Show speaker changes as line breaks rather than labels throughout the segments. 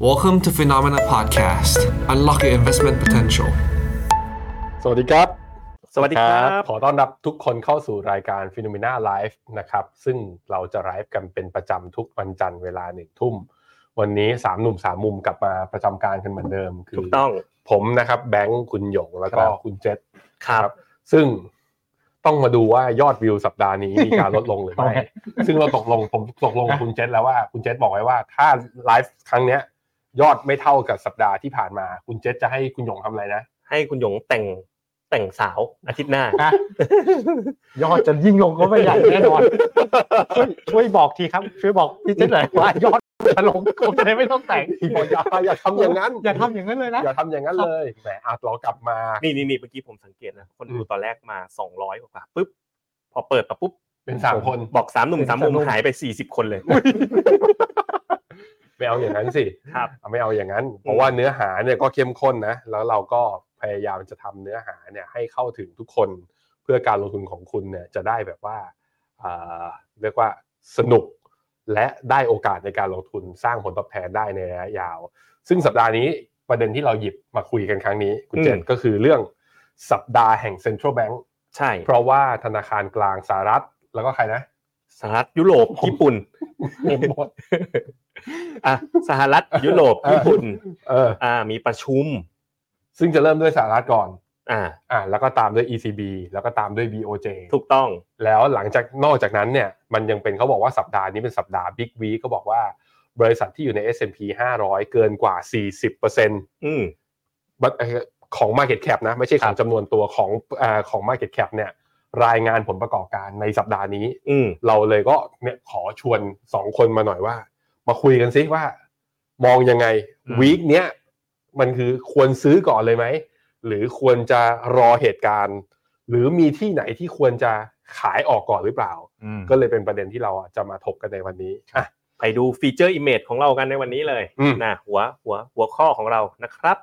Welcome to Phenomena Podcast. Unlock your investment potential.
สวัสดีครับ
สวัสดีครับ
ขอต้อนรับทุกคนเข้าสู่รายการ Phenomena Live นะครับ ซึ่งเราจะไลฟ์กันเป็นประจำทุกวันจันทร์เวลาหนึ่งทุ่ม วันนี้สามหนุ่มสามมุมกลับมาประจำการกันเหมือนเดิม คื
ถูกต้อง
ผมนะครับแบงค์คุณหยงแล้วก็
ครับ
คุณเจษ
ครับ
ซึ่งต้องมาดูว่ายอดวิวสัปดาห์นี้มีการลดลงหรือไม่ ซึ่งเราตกลงผมตกลงกับคุณเจษแล้วว่าคุณเจษบอกไว้ว่าถ้าไลฟ์ครั้งเนี้ย ยอดไม่เท่ากับสัปดาห์ที่ผ่านมา คุณเจษจะให้คุณหยงทำอะไรนะ
ให้คุณหยงแต่งแต่งสาวอาทิตย์หน้า
อ่ะยอดจะยิ่งลงก็ไม่ใหญ่แน่นอนช่วยช่วยบอกทีครับ ช่วยบอกพี่เจ๊หน่อยว่ายอดจะลงผมจะได้ไม่ต้องแต่ง
บอกอย่าอย่าทำอย่างนั้น
อย่าทำอย่างนั้นเลยนะ
อย่าทำอย่างนั้นเลยแหมอาจเรากลับมา
นี่นี่นี่เมื่อกี้ผมสังเกตนะ คนดู
อืม
ตอนแรกมาสองร้อยกว่าปุ๊บ พอเปิดมาปุ๊บ
เป็นสามคน
บอกสามหนุ่ม
เป็น
สามมุม
สามหนุ่ม
หายไปสี่สิบคนเลย
ไม่เอาอย่างนั้นสิ
ครับ
เอาไม่เอาอย่างนั้น เพราะว่าเนื้อหาเนี่ยก็เข้มข้นนะ แล้วเราก็พยายามจะทำเนื้อหาเนี่ยให้เข้าถึงทุกคนเพื่อการลงทุนของคุณเนี่ยจะได้แบบว่าอ่าเรียกว่าสนุกและได้โอกาสในการลงทุนสร้างผลตอบแทนได้ในระยะยาว ซึ่งสัปดาห์นี้ประเด็นที่เราหยิบมาคุยกันครั้งนี้คุณเจน
อืม
ก็คือเรื่องสัปดาห์แห่ง Central Bank
ใช่
เพราะว่าธนาคารกลางสหรัฐแล้วก็ใครนะ
สหรัฐยุโรปญี่ ปุ่น อ่ะสหรัฐยุโรป
เออ
ญี่ปุ่น
เออ
อ่า มีประชุม
ซึ่งจะเริ่มด้วยสหรัฐก่อน
อ่า
อ่า แล้วก็ตามด้วย ECB แล้วก็ตามด้วย BOJ
ถูกต้อง
แล้วหลังจากนอกจากนั้นเนี่ย มันยังเป็นเขาบอกว่าสัปดาห์นี้เป็นสัปดาห์ Big Week ก็บอกว่า บริษัทที่อยู่ใน S&P 500 เกินกว่า 40%
อืม
บัดเอ่อของ Market Cap นะ ไม่ใช่ของจำนวนตัวของอาของ Market Cap เนี่ย รายงานผลประกอบการในสัปดาห์นี้
อืม
เราเลยก็เนี่ยขอชวนสองคนมาหน่อยว่า มาคุยกันซิว่า มองยังไง
อืม
วีคเนี้ยมันคือควรซื้อก่อนเลยไหม หรือควรจะรอเหตุการณ์ หรือมีที่ไหนที่ควรจะขายออกก่อนหรือเปล่า ก็เลยเป็นประเด็นที่เราอ่ะจะมาถกกันในวันนี้อ่ะ
ไปดูฟีเจอร์อิมเมจของเรากันในวันนี้เลย
อืม
นะหัวหัวหัวข้อของเรานะครับ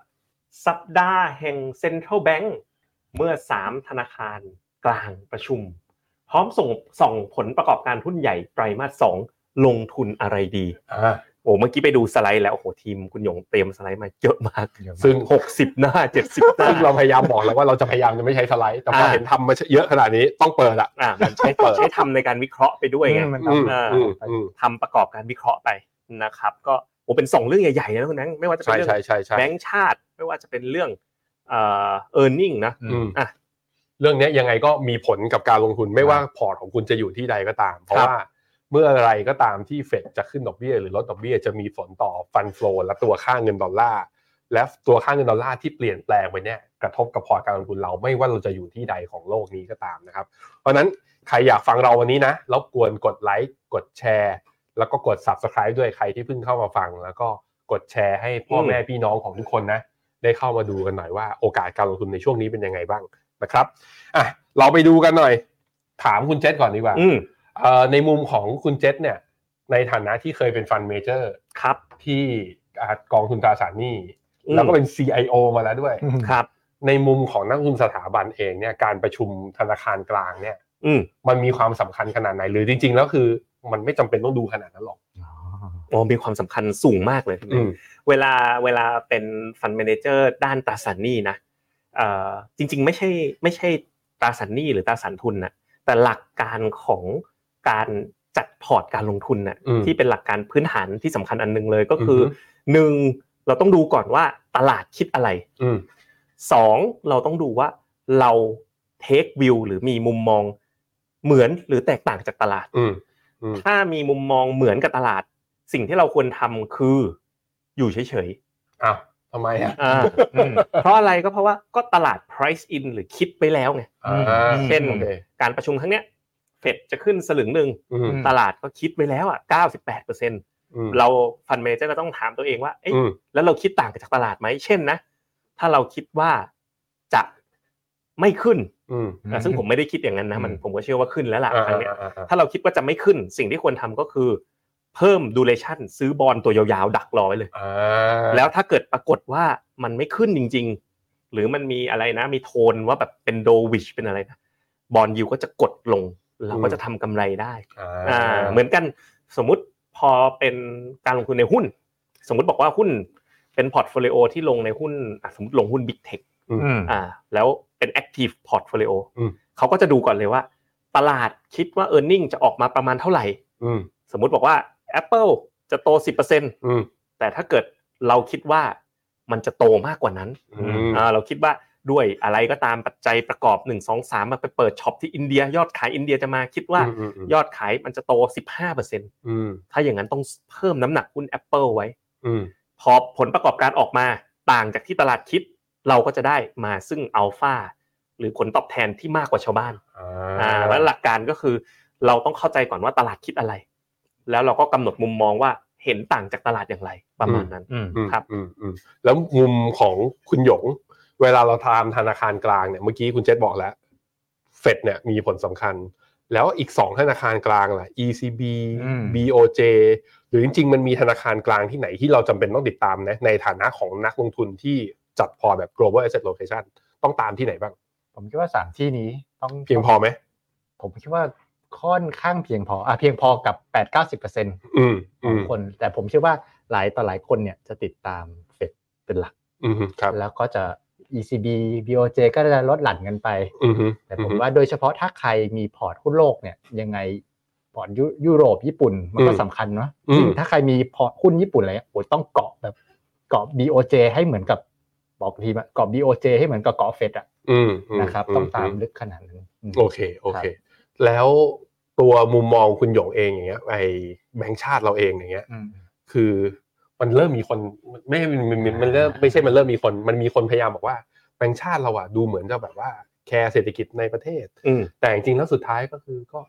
สัปดาห์แห่ง Central Bank เมื่อ 3 ธนาคารกลางประชุม พร้อมส่งส่องผลประกอบการหุ้นใหญ่ไตรมาส2ลงทุนอะไรดี
อ่ะ
โอ้เมื่อกี้ไปดูสไลด์แล้วโอ้โหทีมคุณหยงเตรียมสไลด์มาเยอะมาก
ซึ่ง
60 หน้า 70 หน้า
ซึ่งเราพยายามบอกแล้วว่าเราจะพยายามจะไม่ใช้สไลด์ แต่พอ
อ่ะ
เห็นทำมาเยอะขนาดนี้ต้องเปิดละ
อ่ะมันใช้เปิดใช้ทำในการวิเคราะห์ไปด้วยไง
อืมมัน
อืม
ทำ
อ่า
อืมอืม
ทำประกอบการวิเคราะห์ไปนะครับ ก็โอ้เป็นสองเรื่องใหญ่ๆนะคุณนังไม่ว่าจะเป็
ใช่
นเรื่อง
ใช่ใช่ใช่
แบงค์ชาติไม่ว่าจะเป็นเรื่องเอ่อ e a r n i n g นะ
อืม
อ่ะ
เรื่องเนี้ยยังไงก็มีผลกับการลงทุนไม่ว่าพอร์ตของคุณจะอยู่ที่ใดก็ตาม เพราะว่าเมื่ออะไรก็ตามที่เฟดจะขึ้นดอกเบี้ยหรือลดดอกเบี้ยจะมีผลต่อฟัน l o w และตัวค่าเงินดอลลาร์และตัวค่าเงินดอลลาร์ที่เปลี่ยนแปลงไปเนี่ยกระทบกับพอร์ตการลงทุนเราไม่ว่าเราจะอยู่ที่ใดของโลกนี้ก็ตามนะครับ เพราะฉะนั้นใครอยากฟังเราวันนี้นะรบกวนกดไลค์กดแชร์ แล้วก็กด subscribe ด้วยใครที่เพิ่งเข้ามาฟัง แล้วก็กดแชร์ให้พ่อแม่พี่น้องของทุกคนนะ ได้เข้ามาดูกันหน่อยว่าโอกาสการลงทุนในช่วงนี้เป็นยังไงบ้างนะครับอ่ะเราไปดูกันหน่อย ถามคุณเจษก่อนดีกว่า
อืม
เอ่อในมุมของคุณเจษเนี่ย ในฐานะที่เคยเป็นฟันเมเจอร์
ครับ
ที่อ่ากองทุนตราสารหนี้
อืม
แล้วก็เป็น CIO มาแล้วด้วย
ครับ
ในมุมของนักลงทุนสถาบันเองเนี่ยการประชุมธนาคารกลางเนี่ย
อืม
มันมีความสำคัญขนาดไหน หรือจริง ๆ แล้วคือมันไม่จำเป็นต้องดูขนาดนั้นหรอก
โอ้มีความสำคัญสูงมากเลยเวลาเวลาเป็นฟันเมนเจอร์ด้านตราสารหนี้นะเอ่อจริง ๆ ไม่ใช่ไม่ใช่ตราสารหนี้หรือตราสารทุนนะแต่หลักการของการจัดพอร์ตการลงทุนน่ะ
อืม
ที่เป็นหลักการพื้นฐานที่สำคัญอันหนึงเลยก็คืออ
อฮึ
หนึ่งเราต้องดูก่อนว่าตลาดคิดอะไร
อืม
สองเราต้องดูว่าเราเทควิวหรือมีมุมมองเหมือนหรือแตกต่างจากตลาด
อืม
ถ้ามีมุมมองเหมือนกับตลาด สิ่งที่เราควรทำคืออยู่เฉย
อ้าวทำไมอ่ะ
ๆอ่าเพราะอะไรก็เพราะว่าก็ตลาด price in หรือคิดไปแล้วไง
อ่า
เช่น
โอเค
การประชุมครั้งเนี้ยเฟดจะขึ้นสลึงหนึ่ง
อืม
ตลาดก็คิดไปแล้วอ่ะ 98%
อืม
เราฟันเมเจอร์ก็ต้องถามตัวเองว่าเอ๊ะ
อืม
แล้วเราคิดต่างจากตลาดไหม เช่นนะ ถ้าเราคิดว่าจะไม่ขึ้น
อืม
อ่ะซึ่งผมไม่ได้คิดอย่างนั้นนะ มัน
อืม
ผมก็เชื่อว่าขึ้นแล้วล่ะ
อ่า
ครั้งเนี้ย
อ่าอ่าอ่า
ถ้าเราคิดว่าจะไม่ขึ้น สิ่งที่ควรทำก็คือ เพิ่มดูเลชันซื้อบอลตัวยาวๆ ดักรอไว้เลย
อ่า
แล้วถ้าเกิดปรากฏว่ามันไม่ขึ้นจริง ๆ หรือมันมีอะไรนะ มีโทนว่าแบบเป็นโดวิชเป็นอะไรนะ บอลยูก็จะกดลง เราก็จะทำกำไรได้
อ่า
อ่าเหมือนกันสมมุติพอเป็นการลงทุนในหุ้น สมมุติบอกว่าหุ้นเป็นพอร์ตโฟลิโอที่ลงในหุ้นอ่ะสมมติลงหุ้นบิ๊กเทค
อืม
อ่าแล้วเป็นแอคทีฟพอร์ตโฟลิโอ
อืม
เขาก็จะดูก่อนเลยว่า ตลาดคิดว่า e a r n i n g จะออกมาประมาณเท่าไหร่
อืม
สมมุติบอกว่า Apple จะโต 10%
อืม
แต่ถ้าเกิดเราคิดว่ามันจะโตมากกว่านั้น
อืม
อ่าเราคิดว่าด้วยอะไรก็ตามปัจจัยประกอบ 1 2 3มาไปเปิดช็อปที่อินเดีย ยอดขายอินเดียจะมาคิดว่า
อืมอืม
ยอดขายมันจะโต 15%
อืม
ถ้าอย่างนั้นต้องเพิ่มน้ำหนักหุ้น Apple ไว้
อืม
พอผลประกอบการออกมาต่างจากที่ตลาดคิด เราก็จะได้มาซึ่งอัลฟาหรือผลตอบแทนที่มากกว่าชาวบ้าน
อ่
อ่า
า
แล้วหลักการก็คือเราต้องเข้าใจก่อนว่าตลาดคิดอะไร แล้วเราก็กำหนดมุมมองว่าเห็นต่างจากตลาดอย่างไรประมาณนั้น
อืม
อืม
ครับ
อืมอืมแล้วมุมของคุณหยง เวลาเราทำธนาคารกลางเนี่ยเมื่อกี้คุณเจษบอกแล้วเฟดเนี่ยมีผลสำคัญ แล้วอีกสองธนาคารกลางล่ะ ECB
อืม
BOJ หรือจริงๆ มันมีธนาคารกลางที่ไหนที่เราจำเป็นต้องติดตามนะในฐานะของนักลงทุนที่จัดพอร์ตแบบ global asset location ต้องตามที่ไหนบ้าง
ผมคิดว่าสามที่นี้ต้อง
เพียงพอไหม
ผมคิดว่าค่อนข้างเพียงพออ่ะเพียงพอกับแปดเก้าสิบเปอร์เซ็นต์
อืม
ข
อื
อง
ม
คน แต่ผมเชื่อว่าหลายต่อหลายคนเนี่ยจะติดตามเฟดเป็นหลัก
อืมครับ
แล้วก็จะ ECB BOJ ก็จะลดหลั่นกันไป
อืมฮึ
แต่ผมว่าโดยเฉพาะถ้าใครมีพอร์ตหุ้นโลกเนี่ยยังไงพอร์ตยุยุโรปญี่ปุ่นมันก็สำคัญเนาะ
อื
ยิ่
ม
งถ้าใครมีพอร์ตหุ้นญี่ปุ่นอะไรโอ้ยต้องเกาะแบบเกาะ BOJ ให้เหมือนกับบอกทีมอะเกาะ BOJ ให้เหมือนกับเกาะเฟดอะ
อืมอืม
นะครับ
ม
ต้องตามลึกขนาดนั้นอืม
โอเคโอเค แล้วตัวมุมมองคุณหยงเองอย่างเงี้ยไอแบงค์ชาติเราเองอย่างเงี้ย คือมันเริ่มมีคนไม่มันมันมันมันเริ่มไม่ใช่มันเริ่มมีคน มันมีคนพยายามบอกว่าแบงค์ชาติเราอะดูเหมือนจะแบบว่าแคร์เศรษฐกิจในประเทศ
อืม
แต่จริงๆแล้วสุดท้ายก็คือก็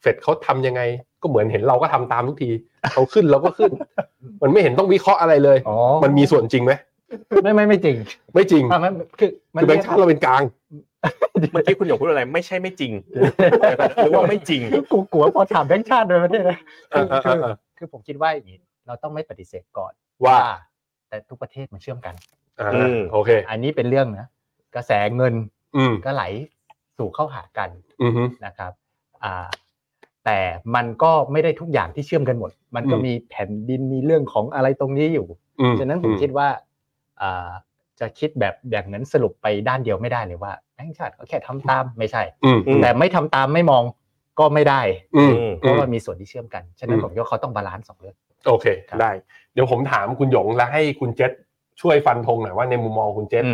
เฟดเขาทำยังไง ก็เหมือนเห็นเราก็ทำตามทุกทีเขาขึ้นเราก็ขึ้น
อืม
มันไม่เห็นต้องวิเคราะห์อะไรเลย
อ๋อ
มันมีส่วนจริงไหม
ไม่ไม่ไม่จริง
ไม่จริง
อ่ะมันคือมัน
คือแบงค์ชาติเราเป็นกลาง
เมื่อกี้คุณหยงพูดอะไรไม่ใช่ไม่จริงหรือว่าไม่จริง
กูกลัวพอถามแบงค์ชาติเลยประเทศนะคือ
เออเอ
คือ
อเออ
คือผมคิดว่าอย่างนี้เราต้องไม่ปฏิเสธก่อน
ว่า
แต่ทุกประเทศมันเชื่อมกัน
อ่า
อืม
โอเค
อันนี้เป็นเรื่องนะกระแสเงิน
อืม
ก็ไหลสู่เข้าหากัน
อืมฮึ
นะครับอ่าแต่มันก็ไม่ได้ทุกอย่างที่เชื่อมกันหมด มันก็
อืม
มีแผ่นดินมีเรื่องของอะไรตรงนี้อยู่
อืม
ฉะนั้นผมคิดว่าอ่าจะคิดแบบอย่างนั้นสรุปไปด้านเดียวไม่ได้เลยว่าแบงค์ชาติก็แค่ทำตามไม่ใช่
อืมอืม
แต่ไม่ทำตามไม่มองก็ไม่ได้
อืม
เพราะว่ามีส่วนที่เชื่อมกัน ฉะนั้นผมคิดว่าเขาต้องบาลานซ์สองเรื่อง
โอเค
ครับ
ได้ เดี๋ยวผมถามคุณหยงและให้คุณเจษช่วยฟันธงหน่อยว่าในมุมมองคุณเจษ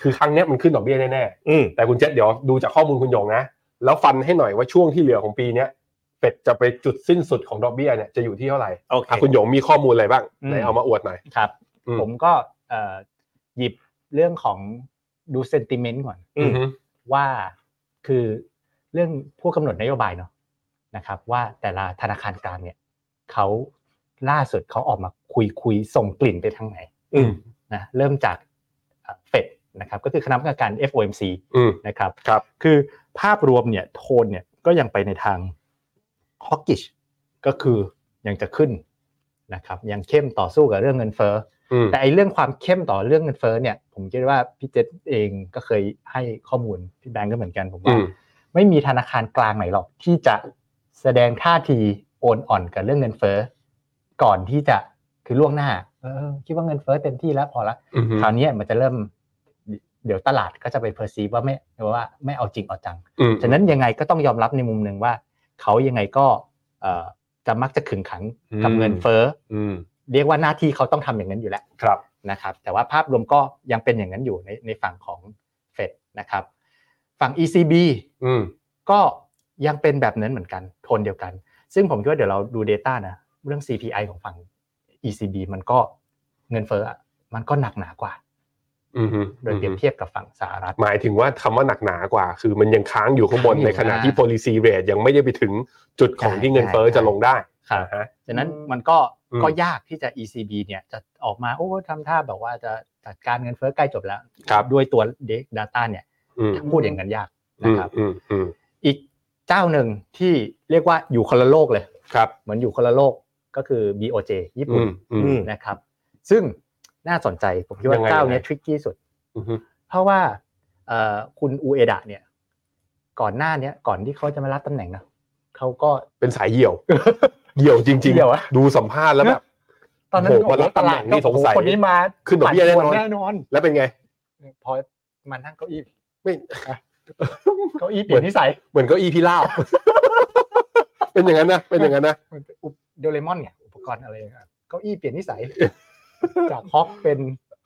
คือครั้งเนี้ยมันขึ้นดอกเบี้ยแน่
อืม
ๆแต่คุณเจษเดี๋ยวดูจากข้อมูลคุณหยงนะแล้วฟันให้หน่อยว่าช่วงที่เหลือของปีเนี้ยเป็ดจะไปจุดสิ้นสุดของดอกเบี้ยเนี่ยจะอยู่ที่เท่าไหร่
โอเค
อ่ะคุณหยงมีข้อมูลอะไรบ้าง
อืม
ไหนเอามาอวดหน่อย
ครับ
อืม
ผมก็เอ่อหยิบเรื่องของดูเซนติเมนต์ก่อน
อืม
อืม
ว่าคือเรื่องผู้กำหนดนโยบายเนาะนะครับ ว่าแต่ละธนาคารกลางเนี่ยเขาล่าสุดเขาออกมาคุยคุยส่งกลิ่นไปทางไหน
อืม
นะเริ่มจากเฟดนะครับก็คือคณะกรรมการ FOMC
อืม
นะครับ
ครับ
คือภาพรวมเนี่ยโทนเนี่ยก็ยังไปในทางฮอกกิชก็คือยังจะขึ้นนะครับยังเข้มต่อสู้กับเรื่องเงินเฟ้อ
อืม
แต่ไอเรื่องความเข้มต่อเรื่องเงินเฟ้อเนี่ย ผมคิดว่าพี่เจษเองก็เคยให้ข้อมูลพี่แบงก์ก็เหมือนกันผม
อื
ว่า
ม
ไม่มีธนาคารกลางไหนหรอกที่จะแสดงท่าทีโอนอ่อนกับเรื่องเงินเฟ้อก่อนที่จะคือล่วงหน้าเออคิดว่าเงินเฟ้อเต็มที่แล้วพอละ
อืม
คราวเนี้ยมันจะเริ่ม เดี๋ยวตลาดก็จะไปเพอร์ซีว่าไม่ว่าไม่เอาจริงเอาจัง
อืม
ฉะนั้นยังไงก็ต้องยอมรับในมุมหนึ่งว่าเขายังไงก็เอ่อจะมักจะขึงขังกับเงินเฟ้อ
อืม
เรียกว่าหน้าที่เขาต้องทำอย่างนั้นอยู่แล้ว
ครับ
นะครับแต่ว่าภาพรวมก็ยังเป็นอย่างนั้นอยู่ในในฝั่งของเฟดนะครับฝั่ง ECB
อืม
ก็ยังเป็นแบบนั้นเหมือนกันโทนเดียวกัน ซึ่งผมคิดว่าเดี๋ยวเราดู Data นะเรื่อง CPI ของฝั่ง ECB มันก็เงินเฟ้ออะมันก็หนักหนากว่า
อืมฮึ
โดยเปรียบเทียบกับฝั่งสหรัฐ
หมายถึงว่าคำว่าหนักหนากว่า คือมันยังค้างอยู่ข้างบน
ค้างอยู่
ในขณะ
นะ
ที่ policy rate ยังไม่ได้ไปถึงจุดของที่เงินเฟ้อ
ใช่
จะลงได้อ่าฮะ
ฉะนั้น
อืม
มันก็
อืม
ก็ยากที่จะ ECB เนี่ยจะออกมาโอ้ทำท่าแบบว่าจะจัดการเงินเฟ้อใกล้จบแล้ว
ครับ
ด้วยตัว Data เนี่ย
อืม
พูดอย่างนั้นยาก
อื
นะ
ม
ครับ
อืมอืม
อีกเจ้าหนึ่งที่เรียกว่าอยู่คนละโลกเลย
ครับ
เหมือนอยู่คนละโลกก็คือ BOJ ญี่
อื
ปุ่น
มอืม
อืม
นะครับ ซึ่งน่าสนใจผมคิดว่า
ยังไง
เจ้า
ยังไง
เนี้ทริกกี้สุด
อืมฮึ
เพราะว่าเอ่อคุณอูเอดะเนี่ย ก่อนหน้าเนี้ยก่อนที่เขาจะมารับตำแหน่งนะเขาก็
เป็นสายเหี่ยว เหี่ยวจริง
เหี่ยวอะ
ๆ ดูสัมภาษณ์แล้วแบบ
ตอนนั้น
โอ้โหพอรับตำแหน่งนี่สงสัย
โอ้โหคนนี้มา
ขึ้นดอกเบี้ยแน่นอน
แน่นอน
แล้วเป็นไง
พอมานั่งเก้าอี้
ไม่
เก้าอี้เปลี่ยนนิสัย
เหมื อนเก็อีพิราบ เป็นอย่างนั้นนะเป็นอย่างนั้นนะ
มันเป็นอุปโดเรมอนเนี่ยอุปกรณ์อะไรอะเก้าอี้เปลี่ยนนิสัย จากฮอกเป็น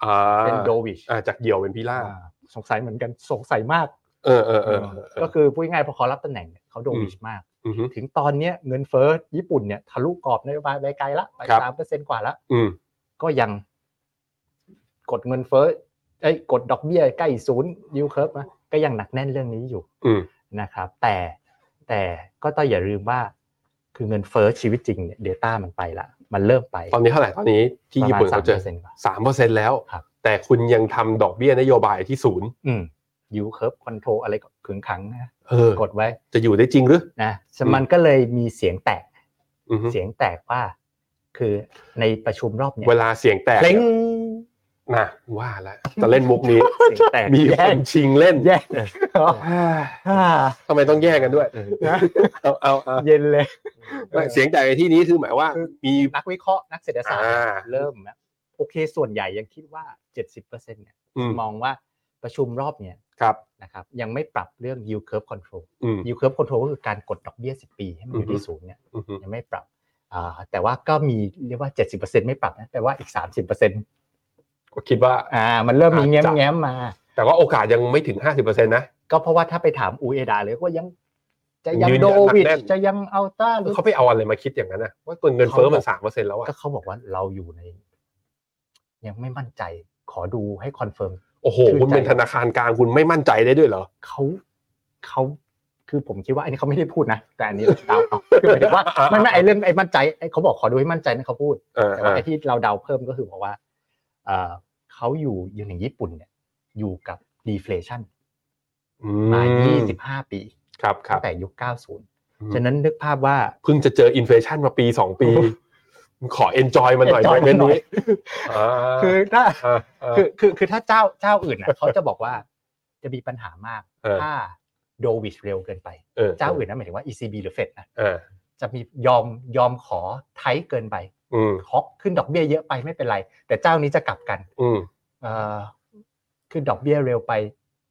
อ่า
เป็นโดวิช
อ่าจากเหยี่ยวเป็นพิราบ
อ่าสงสัยเหมือนกันสงสัยมาก
เออเออเออเอ
ก็
อ
คือพูดง่ายๆพอเขารับตำแหน่งเนี่ยเขาโดวิชมาก
อือฮึ
ถึงตอนเนี้ยเงินเฟ้อญี่ปุ่นเนี่ยทะลุกรอบนโยบายไปไกลละไป
ครับ
สามเปอร์เซ็นต์กว่าละ
อืม
ก็ยังกดเงินเฟ้อไอ้ยกดดอกเบี้ยใกล้ศูนย์ยิวเคิร์ฟมาก็ยังหนักแน่นเรื่องนี้อยู่
อืม
นะครับ แต่แต่ก็ต้องอย่าลืมว่าคือเงินเฟ้อชีวิตจริงเนี่ยเดต้ามันไปละ มันเริ่มไป
ตอนนี้เท่าไหร่ตอนนี้ที่ญี่ปุ่น
ระ
เขา
มณ
เจอ
3%กว่า
สามเปอร์เซ็นแล้ว
ครับ
แต่คุณยังทำดอกเบี้ยนโยบายที่ศูนย์
อืมยิวเคิร์ฟคอนโทรอะไรก็ขึงขังนะ
เออก
ดไว้
จะอยู่ได้จริงหรือ
นะ
อืม
มันก็เลยมีเสียงแตก
อือฮึ
เสียงแตกว่า คือในประชุมรอบเนี้ย
เวลาเสียงแตก
เล้ง
นะว่าแล้วจะเล่นมุกนี้
เสียงแตก
มีค
แย่ง
นชิงเล่น
แย่งอ่า
ทำไมต้องแย่งกันด้วย
นะ
เอาเอาเอา
เย็นเลย
ไม่เสียงแตกในที่นี้คือหมายว่ามี
นักวิเคราะห์นักเศรษฐศาสตร์เนี่ย
อ่า
เริ่มนะโอเคส่วนใหญ่ยังคิดว่า 70%เนี่ย
อืม
มองว่าประชุมรอบเนี่ย
ครับ
นะครับยังไม่ปรับเรื่อง yield curve control
อืม
yield curve control ก็คือการกดดอกเบี้ย 10 ปีให้มันอ
อือ
ยู่
ฮึ
ที่ศูนย์เนี่ย
อือฮึ
ยังไม่ปรับอ่าแต่ว่าก็มีเรียกว่า 70%ไม่ปรับนะแต่ว่าอีก 30%
ก็คิดว่า
อ่ามันเริ่มมีแง้
อาจ
ม
จะ
แง้มมา
แต่ว่าโอกาสยังไม่ถึงห้าสิบเปอร์เซ็นต์นะ
ก็เพราะว่าถ้าไปถามอูเอดาเลยว่ายัง จะยัง
ยืนยัน
โดวิด
หนักแน่น
จะยังอัลต้าหรือ
เขาไปเอาอะไรมาคิดอย่างนั้นนะว่าตัวเงินเฟ้อมันสามเปอร์เซ็นต์แล้วอ่ะ
ก็เขาบอกว่าเราอยู่ใน ยังไม่มั่นใจขอดูให้คอนเฟิร์ม
โอ้โห คุณเป็นธนาคารกลางคุณไม่มั่นใจได้ด้วยเหรอ
เขาเขาคือผมคิดว่าอันนี้เขาไม่ได้พูดนะ แต่อันนี้เราเดาเอาคือหมายถึงว่าไม่ไม่ไอเรื่องไอมั่นใจไอ้เขาบอกขอดูให้มั่นใจนะเขาพูด
เออ
แต่
เอ
ว่า
อ
ไอที่เราเดาเพิ่มก็คือบอกว่าเอ่อเขาอยู่อย่างอย่างญี่ปุ่นเนี่ย อยู่กับดีเฟลชัน
อื
มา
ม
25 ปี
ครับครั
ตั้
บ
งแต่ยุค 90 ฉะนั้นนึกภาพว่า
เพิ่งจะเจออินเฟลชันมาปีสองปี ขอเอนจอยมันหน่อย
enjoy
โมเมนต์
หน่อย
นี้อ่า
คือถ้า
อ่าอ่า
คือคือคือถ้าเจ้าเจ้า อื่นอ่ะเขาจะบอกว่าจะมีปัญหามาก
เออ
ถ้าโดวิชเร็วเกินไป
เออ
เจ้าอื่นนะหมายถึงว่า ECB หรือ Fed นะ
เออ
จะมียอมยอมขอไทยเกินไป
อืม
ฮอกขึ้นดอกเบี้ยเยอะไปไม่เป็นไร แต่เจ้านี้จะกลับกัน
อืม
เอ่อขึ้นดอกเบี้ยเร็วไป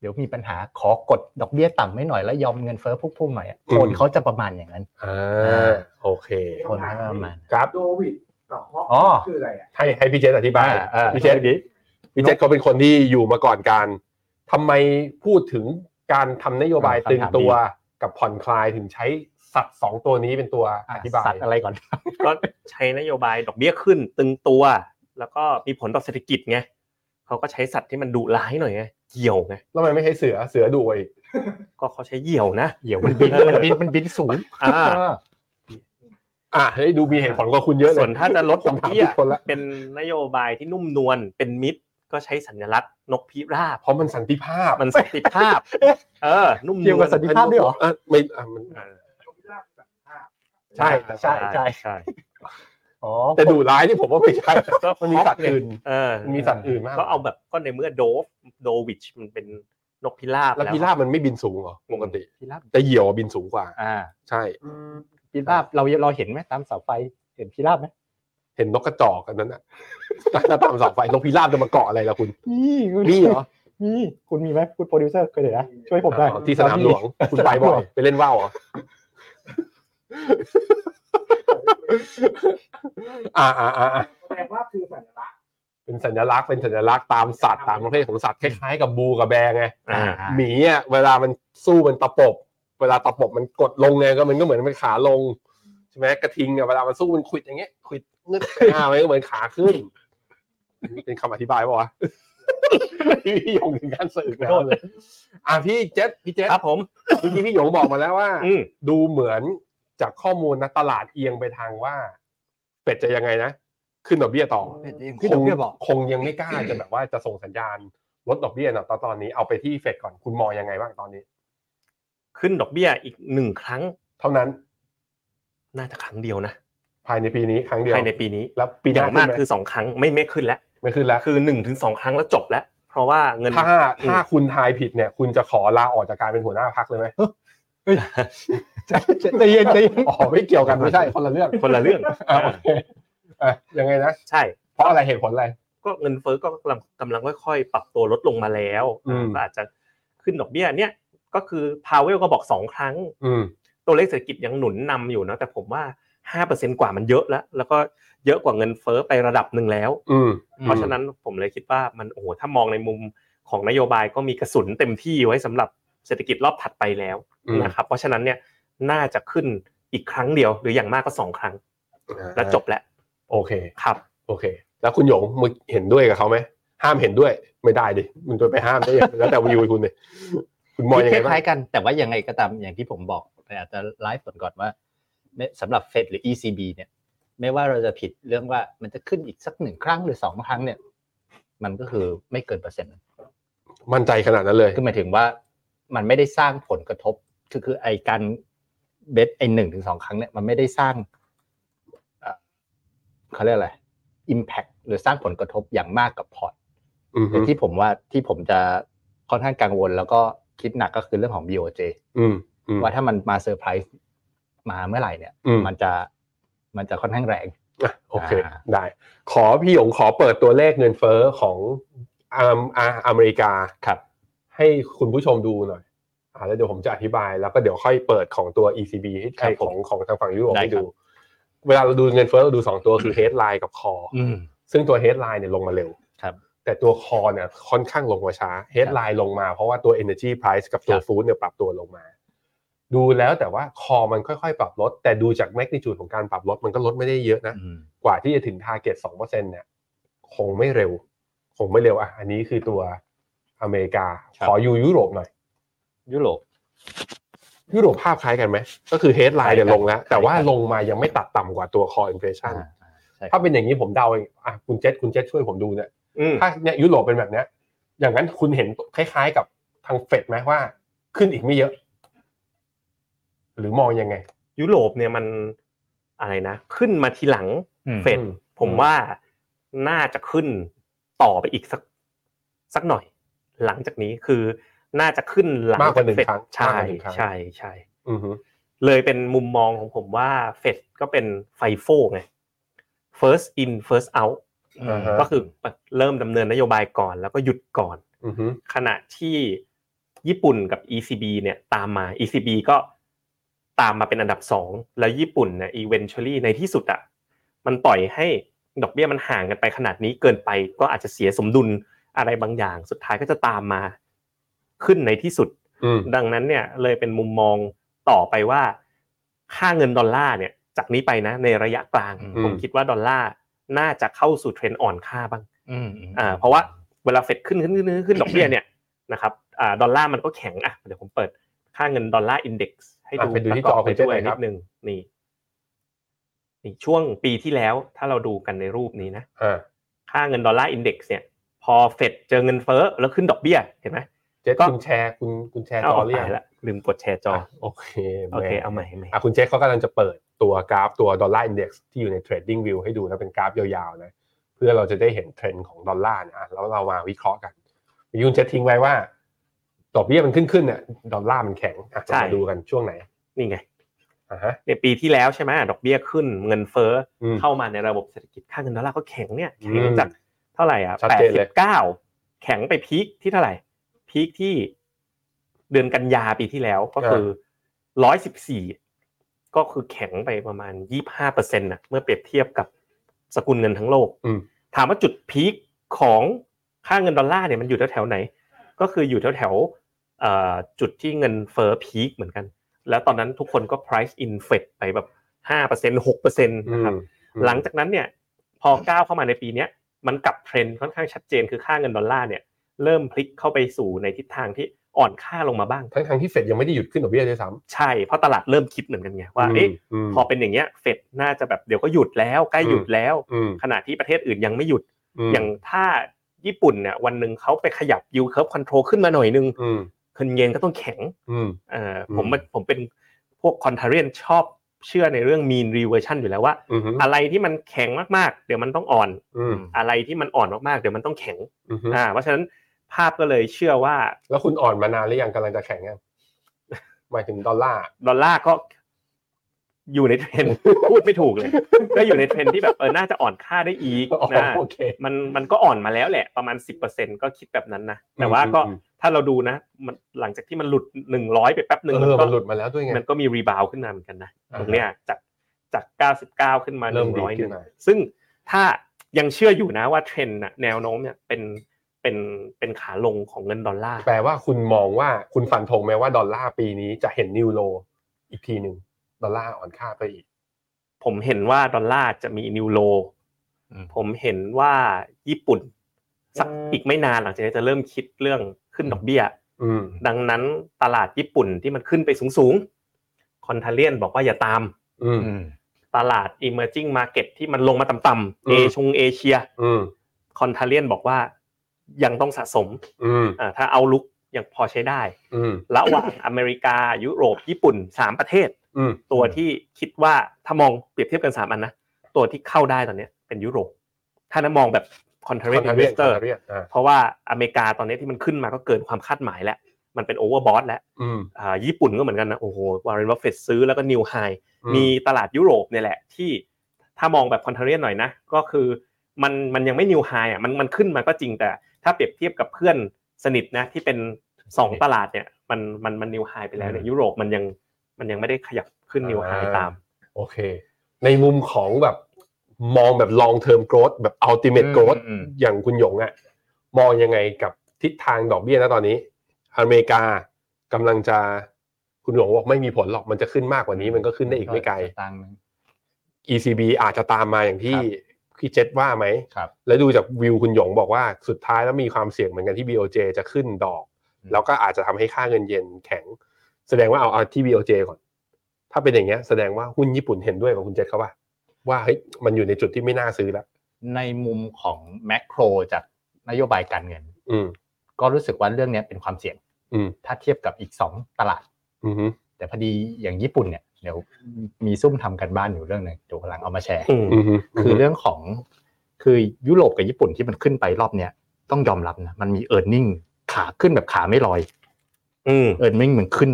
เดี๋ยวมีปัญหาขอกดดอกเบี้ยต่ำไม่หน่อยแล้วยอมเงินเฟ้อพุ่งๆหน่อยอะคนเขาจะประมาณอย่างนั้น
อ่า
อ่า
โอเค
คนเขาจะประมาณ
ครับ
โดวิดกับฮอก
อ๋อ
คืออะไรอ่ะ
ให้ให้พี่เจษอธิบาย
อ่าอ่า
พี่เจษพี่เจษเขาเป็นคนที่อยู่มาก่อนการทำไมพูดถึงการทำนโยบาย
อ่า
ตึง
คำถาม
ตัวกับผ่อนคลายถึงใช้สัตว์สองตัวนี้เป็นตัวอธิบาย
สัตว์อะไรก่อน
ก็ใช้นโยบายดอกเบี้ยขึ้นตึงตัว แล้วก็มีผลต่อเศรษฐกิจไงเขาก็ใช้สัตว์ที่มันดุร้ายหน่อยไงเหยี่ยวไง
แล้วมันไม่ใช่เสือเสือดุอีก
ก็เขาใช้เหยี่ยวนะ
เดี๋ยวมันบินมันบินมันบินสูง
อ่า
เออ
อ่ะเฮ้ยดูมีเหตุผลกว่าคุณเยอะเลย
ส่วนถ้าจะลด
ผ
ดอ
ม
ก
ถาม
เบี้ย
ทุกคนละ
เป็นนโยบายที่นุ่มนวลเป็นมิตร ก็ใช้สัญลักษณ์นกพิราบ
เพราะมันสันติภาพ
มันสันติภา พ เออ นุ่มนวล
เกี่ยวกับสันติภาพด้วยเหรอ
ะไม่อ่ะมัน
โดวิดลากจากภาพ
ใช่
ใช่ใช่
ใช่
อ๋อ
แต่ดุร้ายที่ผมว่าไม่ใช่มันมีสัตว์อื่น
เออ
มันมีสัตว์อื่นมาก
ก็เอาแบบก็ในเมื่อโดฟโดวิชมันเป็นนกพิราบ
แล้วพิราบมันไม่บินสูงเหรอปกติ
พิราบ
แต่เหยี่ยวอะบินสูงกว่า
อ่า
ใช่
พิราบเราเราเห็นไหมตามเสาไฟเห็นพิราบไหม
เห็นนกกระจอกอันนั้นอ่ะ ถ้าตามเสาไฟนกพิราบจะมาเกาะอะไรล่ะคุณ
นี่คุณ
นี่เหรอ
นี่คุณมีไหมคุณโปรดิวเซอร์เคยเห็นนะช่วยผมได้
ที่สนามหลวง คุณไปบ่อยไปเล่นว่าวเหรอ อ่าอ่าอ่าอ่า
แสดงว่าคือสัญลักษณ์
เป็นสัญลักษณ์เป็นสัญลักษณ์ตามสัตว์ตามประเภทของสัตว์คล้ายๆกับบูกับแบร์ไง
อ่า
หมีอ่ะเวลามันสู้มันตะปบ เวลาตะปบมันกดลงไงก็มันก็เหมือนเป็นขาลงใช่ไหมกระทิงอ่ะเวลามันสู้มันขวิดอย่างเงี้ยขวิดเงือกหน้ามันก็เหมือนขาขึ้น เป็นคำอธิบายป่าวะ พี่หยงถึงการสื่อนะเลยอ่ะพี่เจษพี่เจษ
ครับผม
เมื่อกี้พี่หยงบอกมาแล้วว่า
อืม
ดูเหมือนจากข้อมูลนะตลาดเอียงไปทางว่า เป็ดจะยังไงนะ ขึ้นดอกเบี้ยต่อ
ขึ้นดอกเบี้ย
คง
บอก
คงยังไม่กล้าจะแบบว่าจะส่งสัญญาณลดดอกเบี้ยนะตอนตอนนี้เอาไปที่เฟดก่อนคุณมองยังไงบ้างตอนนี้
ขึ้นดอกเบี้ยอีกหนึ่งครั้ง
เท่านั้น
น่าจะครั้งเดียวนะ
ภายในปีนี้ครั้งเดียว
ภายในปีนี้
แล้วปีห
อ
น้า
ย่างมาก
ขึ้
คื
น
อสองครั้งไม่ไม่ขึ้นแล้ว
ไหมไม่ขึ้นแล้ว
คือหนึ่งถึงสองครั้งแล้วจบแล้ว เพราะว่าเงิน
ถ้าถ้าคุณทายผิดเนี่ย คุณจะขอลาออกจากการเป็นหัวหน้าพักเลยไหม
ใจเย็นใจเย็น
อ๋อไม่เกี่ยวกันไม่ใช่คนละเรื่อง
คนละเรื่อง
อ่ะโอเค อ่ะยังไงนะ
ใช่
เพราะอะไรเหตุผลอะไร
ก็เงินเฟ้อก็กำลังกำลังค่อยๆ ปรับตัวลดลงมาแล้ว
อืม
ก็อาจจะขึ้นดอกเบี้ยเนี่ยก็คือพาวเวลก็บอกสองครั้ง
อืม
ตัวเลขเศรษฐกิจยังหนุนนำอยู่นะแต่ผมว่า 5%กว่ามันเยอะแล้ว แล้วก็เยอะกว่าเงินเฟ้อไประดับหนึ่งแล้ว
อืม
เพราะฉะนั้นผมเลยคิดว่ามันโอ้โหถ้ามองในมุมของนโยบายก็มีกระสุนเต็มที่ไว้สำหรับเศรษฐกิจรอบถัดไปแล้ว
อืม
นะครับเพราะฉะนั้นเนี่ยน่าจะขึ้นอีกครั้งเดียวหรืออย่างมากก็สองครั้งแล้วจบแล้ว
โอเค
ครับ
โอเค แล้วคุณหยงมึงเห็นด้วยกับเขาไหมห้ามเห็นด้วยไม่ได้ดิมึงจะไปห้ามได้ยังไงแล้วแต่วิวคุณเลยคุณมองยัง
ค
ไงบ้า
ล้าง ยๆกัน แต่ว่ายังไงก็ตามอย่างที่ผมบอกอาจจะไลฟ์ผลก่อนว่าสำหรับเฟดหรือ ECB เนี่ยไม่ว่าเราจะผิดเรื่องว่ามันจะขึ้นอีกสักหนึ่งครั้งหรือสองครั้งเนี่ย มันก็คือไม่เกินเปอร์เซ็นต์
มั่นใจขนาดนั้นเลย
คือหมายถึงว่ามันไม่ได้สร้างผลกระทบ คือคือไอการเบสไอหนึ่งถึงสองครั้งเนี่ยมันไม่ได้สร้างเอ่อเขาเรียกอะไร impact หรือสร้างผลกระทบอย่างมากกับพอร์ต
อืม
แต่ที่ผมว่าที่ผมจะค่อนข้างกังวล แล้วก็คิดหนักก็คือเรื่องของ BOJ
อืมอืม
ว่าถ้ามันมาเซอร์ไพรส์มาเมื่อไหร่เนี่ย
อืม
มันจะมันจะค่อนข้างแรง
อ่ะโอเค
อ่า
ได้ ขอพี่หยงขอเปิดตัวเลขเงินเฟ้อของอามอ่าอเมริกา
ครับ
ให้คุณผู้ชมดูหน่อยอ่าแล้วเดี๋ยวผมจะอธิบายแล้วก็เดี๋ยวค่อยเปิดของตัว ECB ให้
ครับ
ข
ผม
องของทางฝั่งยุโรป
ได้
ให้
ครับ
ดู เวลาเราดูเงินเฟ้อเราดูสองตัวคือ headline กับ core
อืม
ซึ่งตัว headline เนี่ยลงมาเร็ว
ครับ
แต่ตัว core เนี่ยค่อนข้างลงมาช้า headline ลงมาเพราะว่าตัว energy price กับตัว
ครับ
food เนี่ยปรับตัวลงมา ดูแล้วแต่ว่า core มันค่อยๆ ปรับลด แต่ดูจาก magnitude ของการปรับลดมันก็ลดไม่ได้เยอะนะ
อืม
กว่าที่จะถึง target 2%เนี่ยคงไม่เร็ว คงไม่เร็วอ่ะอันนี้คือตัวอเมริกา
ครับ
ขออยู่ยุโรปหน่อย
ยุโรป
ยุโรปภาพคล้ายกันไหม ก็คือเฮดไลน์เนี่ย
คล้า
ล
ยกั
ง
น
แล้ว แต่ว่า
คล้ายกัน
ลงมายังไม่ตัดต่ำกว่าตัวคออินเฟลชัน
อ่าใช่ครั
ถ้า
บ
เป็นอย่างนี้ผมเดาเองอ่ะคุณเจษคุณเจษช่วยผมดูเนี่ย
อืม
ถ้าเนี่ยยุโรปเป็นแบบเนี้ย อย่างนั้นคุณเห็นคล้ายๆกับทางเฟดไหมว่า ขึ้นอีกไม่เยอะ หรือมองยังไง
ยุโรปเนี่ยมันอะไรนะ ขึ้นมาทีหลัง
อืม
เฟดผมว่าน่าจะขึ้นต่อไปอีกสักสักหน่อย หลังจากนี้คือน่าจะขึ้นหลัง
มากกว่าหนึ่ง
จเฟด
ครั้ง
ใช่
มากกว่าหนึ่งครั้ง
ใช่ใช่
อือฮึ
เลยเป็นมุมมองของผมว่าเฟดก็เป็นไฟโฟไง first in first out
อ่าฮะ
ก็คือเริ่มดำเนินนโยบายก่อนแล้วก็หยุดก่อน
อือฮึ
ขณะที่ญี่ปุ่นกับ ECB เนี่ยตามมา ECB ก็ตามมาเป็นอันดับสองแล้วญี่ปุ่นเนี่ย eventually ในที่สุดอ่ะมันปล่อยให้ดอกเบี้ยมันห่างกันไปขนาดนี้เกินไปก็อาจจะเสียสมดุลอะไรบางอย่าง สุดท้ายก็จะตามมาขึ้นในที่สุด
อืม
ดังนั้นเนี่ยเลยเป็นมุมมองต่อไปว่า ค่าเงินดอลลาร์เนี่ยจากนี้ไปนะในระยะกลาง
อืม
ผมคิดว่าดอลลาร์น่าจะเข้าสู่เทรนด์อ่อนค่าบ้าง
อืมม
อ่าเพราะว่าเวลาเฟดขึ้นขึ้นขึ้นขึ้นขึ้นดอกเบี้ยเนี่ยนะครับอ่าดอลลาร์มันก็แข็งอ่ะเดี๋ยวผมเปิดค่าเงินดอลลาร์อินเด็กซ์ให้
อ่ะ
ดู
ไปดูที่
ประ
จ
ก
อบ คุ
ไป
ณเจษ
ด้ว
หน่
ย
อย
นิ
ครับ
ดนึงนี่นี่ช่วงปีที่แล้วถ้าเราดูกันในรูปนี้นะ
อ่า
ค่าเงินดอลลาร์อินเด็กซ์เนี่ย พอเฟดเจอเงินเฟ้อแล้วขึ้นดอกเบี้ยเห็นไหม
เจษ
ก็
คุณแชร์คุณคุณแชร์จ
เอา
อเรีย
ตายละลืมกดแชร์จออ
โอเคแหม
โอเคเอาใหม่เอาใหม่
อ่ะคุณเจคเขากำลังจะเปิดตัวกราฟตัวดอลลาร์อินเด็กซ์ที่อยู่ใน Trading View ให้ดูนะเป็นกราฟยาวๆนะเพื่อเราจะได้เห็นเทรนด์ของดอลลาร์นะอ่ะแล้วเรามาวิเคราะห์กันมีคุณเจคทิ้งไว้ว่าดอกเบี้ยมันขึ้นขึ้นเนี่ยดอลลาร์มันแข็งอ่ะ
ใช่
เรามาดูกันช่วงไหน
นี่ไง
อ่ะฮะ
ในปีที่แล้วใช่ไหมดอกเบี้ยขึ้นเงินเฟ้อ
อื
อ
ม
เข้ามาในระบบเศรษฐกิจค่าเงินดอลลาร์ก็แข็งเนี่ยแข็ง
อืม
จากเท่าไหร่อ่ะ
ชัด
แปด
เจนเล
สิ
ย
บเก้าแข็งไปพีคที่เท่าไหร่พีคที่เดือนกันยาปีที่แล้วก็คือร้อยสิบสี่ก็คือแข็งไปประมาณยี่ห้าเปอร์เซ็นต์นะเมื่อเปรียบเทียบกับสกุลเงินทั้งโลก
อืม
ถามว่าจุดพีคของค่าเงินดอลลาร์เนี่ยมันอยู่แถวๆไหน ก็คืออยู่แถวแถวๆเอ่อจุดที่เงินเฟ้อพีคเหมือนกัน แล้วตอนนั้นทุกคนก็ price in Fed ไปแบบ5% 6%นะครับ
อืมอืม
หลังจากนั้นเนี่ยพอก้าวเข้ามาในปีเนี้ยมันกลับเทรนด์ค่อนข้างชัดเจนคือค่าเงินดอลลาร์เนี่ยเริ่มพลิกเข้าไปสู่ในทิศทางที่อ่อนค่าลงมาบ้าง
ทั้งทที่เฟดยังไม่ได้หยุดขึ้นดอกเบี้ยด้วยซ้
ใช่เพราะตลาดเริ่มคิดเหมือนกันไง
ำ
ว่าเอ๊ะ
ม
พอเป็นอย่างเงี้ยเฟดน่าจะแบบเดี๋ยวก็หยุดแล้วใกล้หยุดแล้ว
อืม
ขณะที่ประเทศอื่นยังไม่หยุด
ม
อย่างถ้าญี่ปุ่นเนี่ยวันหนึ่งเขาไปขยับ yield curve control ขึ้นมาหน่อยนึง
อืม
เงินเยนก็ต้องแข็ง
อืม
เอ่อ
อืม
ผมมันผมเป็นพวกคอนเทเรียนชอบเชื่อในเรื่อง mean reversion อยู่แล้วว่า
อืม
อะไรที่มันแข็งมากๆ เดี๋ยวมันต้องอ่อน
อืม
อะไรที่มันอ่อนมากๆ เดี๋ยวมันต้องแข็ง
อืม
อ่าเพราะฉะนั้นภาพก็เลยเชื่อว่า
แล้วคุณ อ่อนมานานหรือยังกำลังจะแข็งยังหมายถึงดอลลาร์
ดอลลาร์ก็ อยู่ในเทรนด์ พูดไม่ถูกเลย ก็อยู่ในเทรนด์ที่แบบเออน่าจะอ่อนค่าได้อีกนะ
โอเค
มันมันก็อ่อนมาแล้วแหละประมาณ 10%ก็คิดแบบนั้นนะ แต่ว่าก็
อืม
ถ้าเราดูนะมันหลังจากที่มันหลุด 100 ไปแป๊บหนึ่ง
เอ
มั
อน
ก็
มันหลุดมาแล้วด้วยไง
มันก็มีรีบาวขึ้นมาเหมือนกันนะ
อ่าฮะ
ตรงเนี้ยจากจาก 99 ขึ้นมา
เริ่มดี
100
ขึ้
หนึ่
น
ง
มา
ซึ่งถ้ายังเชื่ออยู่นะว่าเทรนด์น่ะแนวโน้มเนี่ยเป็นเป็นเป็นขาลงของเงินดอลลาร์
แปลว่าคุณมองว่าคุณฟันธงไหมว่าดอลลาร์ปีนี้จะเห็นนิวโลอีกทีหนึ่งดอลลาร์อ่อนค่าไปอีก
ผมเห็นว่าดอลลาร์จะมีนิวโล ผมเห็นว่าญี่ปุ่น สักอีกไม่นานหลังจากนี้จะเริ่มคิดเรื่องขึ้นดอกเบี้ย
อืม
ดังนั้นตลาดญี่ปุ่นที่มันขึ้นไปสูงๆ คอนเทเลียนบอกว่าอย่าตาม
อืม
อืม
ตลาด emerging market ที่มันลงมาต่ำๆ
อื
เอ
ม
ชงเอเชีย
อืม
คอนเทเลียนบอกว่ายังต้องสะสม
อืม
อ่าถ้าเอาลุกยังพอใช้ได้
อืม
ระหว่าง อเมริกา ยุโรป ญี่ปุ่น 3 ประเทศ
อืม
ตัวที่คิดว่าถ้ามองเปรียบเทียบกัน 3 อันนะ ตัวที่เข้าได้ตอนเนี้ยเป็นยุโรป ถ้านะมองแบบ
ค
contrarian
อนเทเรียน
investor
คอนเทเรียนอ่า
เพราะว่าอเมริกาตอนนี้ที่มันขึ้นมาก็เกินความคาดหมายแล้ว มันเป็น overbought แล้ว
อืม
อ่าญี่ปุ่นก็เหมือนกันนะโอ้โหวาร์เรนบัฟเฟตซื้อแล้วก็นิวไฮ
อื
มีตลาดยุโรปเนี่ยแหละ ที่ถ้ามองแบบคอนเทเรียนหน่อยนะ ก็คือมันมันยังไม่นิวไฮอ่ะมันมันขึ้นมาก็จริงแต่ถ้าเปรียบเทียบกับเพื่อนสนิทนะที่เป็น 2 ตลาดเนี่ยมันมันมันนิวไฮไปแล้วเนี่ยยุโรปมันยังมันยังไม่ได้ขยับขึ้นนิวไฮตาม
โอเค ในมุมของแบบมองแบบ long term growth แบบ ultimate growth
อืมอืม
อย่างคุณหยงอะมองยังไงกับทิศทางดอกเบี้ยนะตอนนี้ อเมริกากำลังจะคุณหยงบอกไม่มีผลหรอกมันจะขึ้นมากกว่านี้ มันก็ขึ้นได้อีกไม่ไกล
ตังค์หนึ่ง
ECB อาจจะตามมาอย่างที่
ครับ
พี่เจษว่าไหม
ครับ
แล้วดูจากวิวคุณหยงบอกว่าสุดท้ายแล้วมีความเสี่ยงเหมือนกันที่ BOJ จะขึ้นดอก
อืม
แล้วก็อาจจะทำให้ค่าเงินเยนแข็ง แสดงว่าเอาเอาที่ BOJ ก่อน ถ้าเป็นอย่างเงี้ยแสดงว่าหุ้นญี่ปุ่นเห็นด้วยกับคุณเจษเขาว่า ว่าเฮ้ยมันอยู่ในจุดที่ไม่น่าซื้อแล้ว
ในมุมของแมกโครจากนโยบายการเงิน
อืม
ก็รู้สึกว่าเรื่องเนี้ยเป็นความเสี่ยง
อืม
ถ้าเทียบกับอีกสองตลาด
อืมฮึ
แต่พอดีอย่างญี่ปุ่นเนี่ยเดี๋ยวมีซุ่มทำกันบ้านอยู่เรื่องหนึ่งเดี๋ยวกำลังเอามาแชร์
อืม
อืมฮึ
คือเรื่องของคือยุโรปกับญี่ปุ่นที่มันขึ้นไปรอบเนี้ยต้องยอมรับนะมันมีเออร์เน็งขาขึ้นแบบขาไม่ลอย
อืม
เออร์เน็งมันขึ้น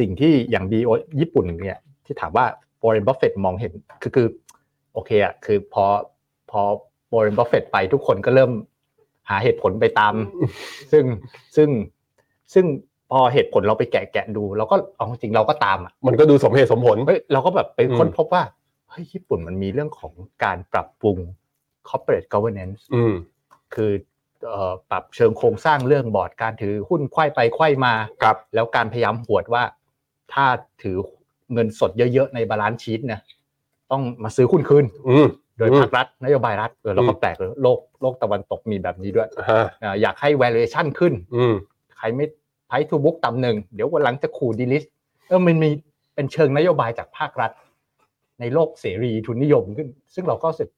สิ่งที่อย่างบีโอญี่ปุ่นเนี่ย ที่ถามว่าบริ n ัฟเฟตมองเห็นคือคือ โอเคอะคือพอพอบริ n ัฟเฟตไปทุกคนก็เริ่มหาเหตุผลไปตาม ซึ่งซึ่งซึ่งพอเหตุผลเราไปแกะแกะดูเราก็เอาจริงเราก็ตามอะ
มันก็ดูสมเหตุสมผล
เฮ้ยเราก็แบบไป
อืม
ค้นพบว่าเฮ้ยญี่ปุ่นมันมีเรื่องของการปรับปรุง corporate governance
อืม
คือเอ่อปรับเชิงโครงสร้างเรื่องบอร์ดการถือหุ้นควายไปควายมา
ครับ
แล้วการพยายามหวดว่า ถ้าถือเงินสดเยอะๆ ในบาลานซ์ชีตเนี่ยต้องมาซื้อหุ้นคืน
อืม
โดย
อืม
ภาครัฐนโยบายรัฐเออเราก็
อืม
แปลกเลยโลกโลกตะวันตกมีแบบนี้ด้วย
ฮะ
อ่าอยากให้ valuation ขึ้น
อืม
ใครไม่ไพ่ทูบุ๊กต่ำหนึ่งเดี๋ยววันหลังจะขู่ดีลิสเออมันมีเป็นเชิงนโยบายจากภาครัฐ ในโลกเสรีทุนนิยมขึ้น ซึ่งเราก็รู้สึก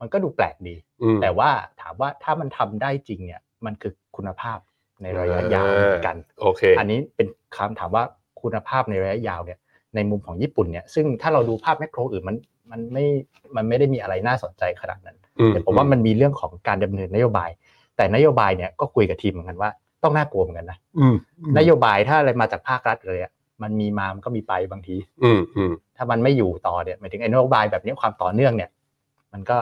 มันก็ดูแปลกดี
อืม
แต่ว่าถามว่าถ้ามันทำได้จริงเนี่ยมันคือคุณภาพในระยะยาว
เออ
เหมือนกัน
โอเค
อันนี้เป็นคำถามว่าคุณภาพในระยะยาวเนี่ยในมุมของญี่ปุ่นเนี่ยซึ่งถ้าเราดูภาพแมกโครอื่นมันมันไม่มันไม่ได้มีอะไรน่าสนใจขนาดนั้น
อื
แต่ผมว่ามันมีเรื่องของการดำเนินนโยบาย แต่นโยบายเนี่ยก็คุยกับทีมเหมือนกันว่าต้องน่ากลัวเหมือนกันนะ
อืม
นโยบายถ้าอะไรมาจากภาครัฐเลยอ่ะมันมีมามันก็มีไปบางที
อืมอืม
ถ้ามันไม่อยู่ต่อเนี่ยหมายถึงไอ้นโยบายแบบนี้ความต่อเนื่องเนี่ย มันก็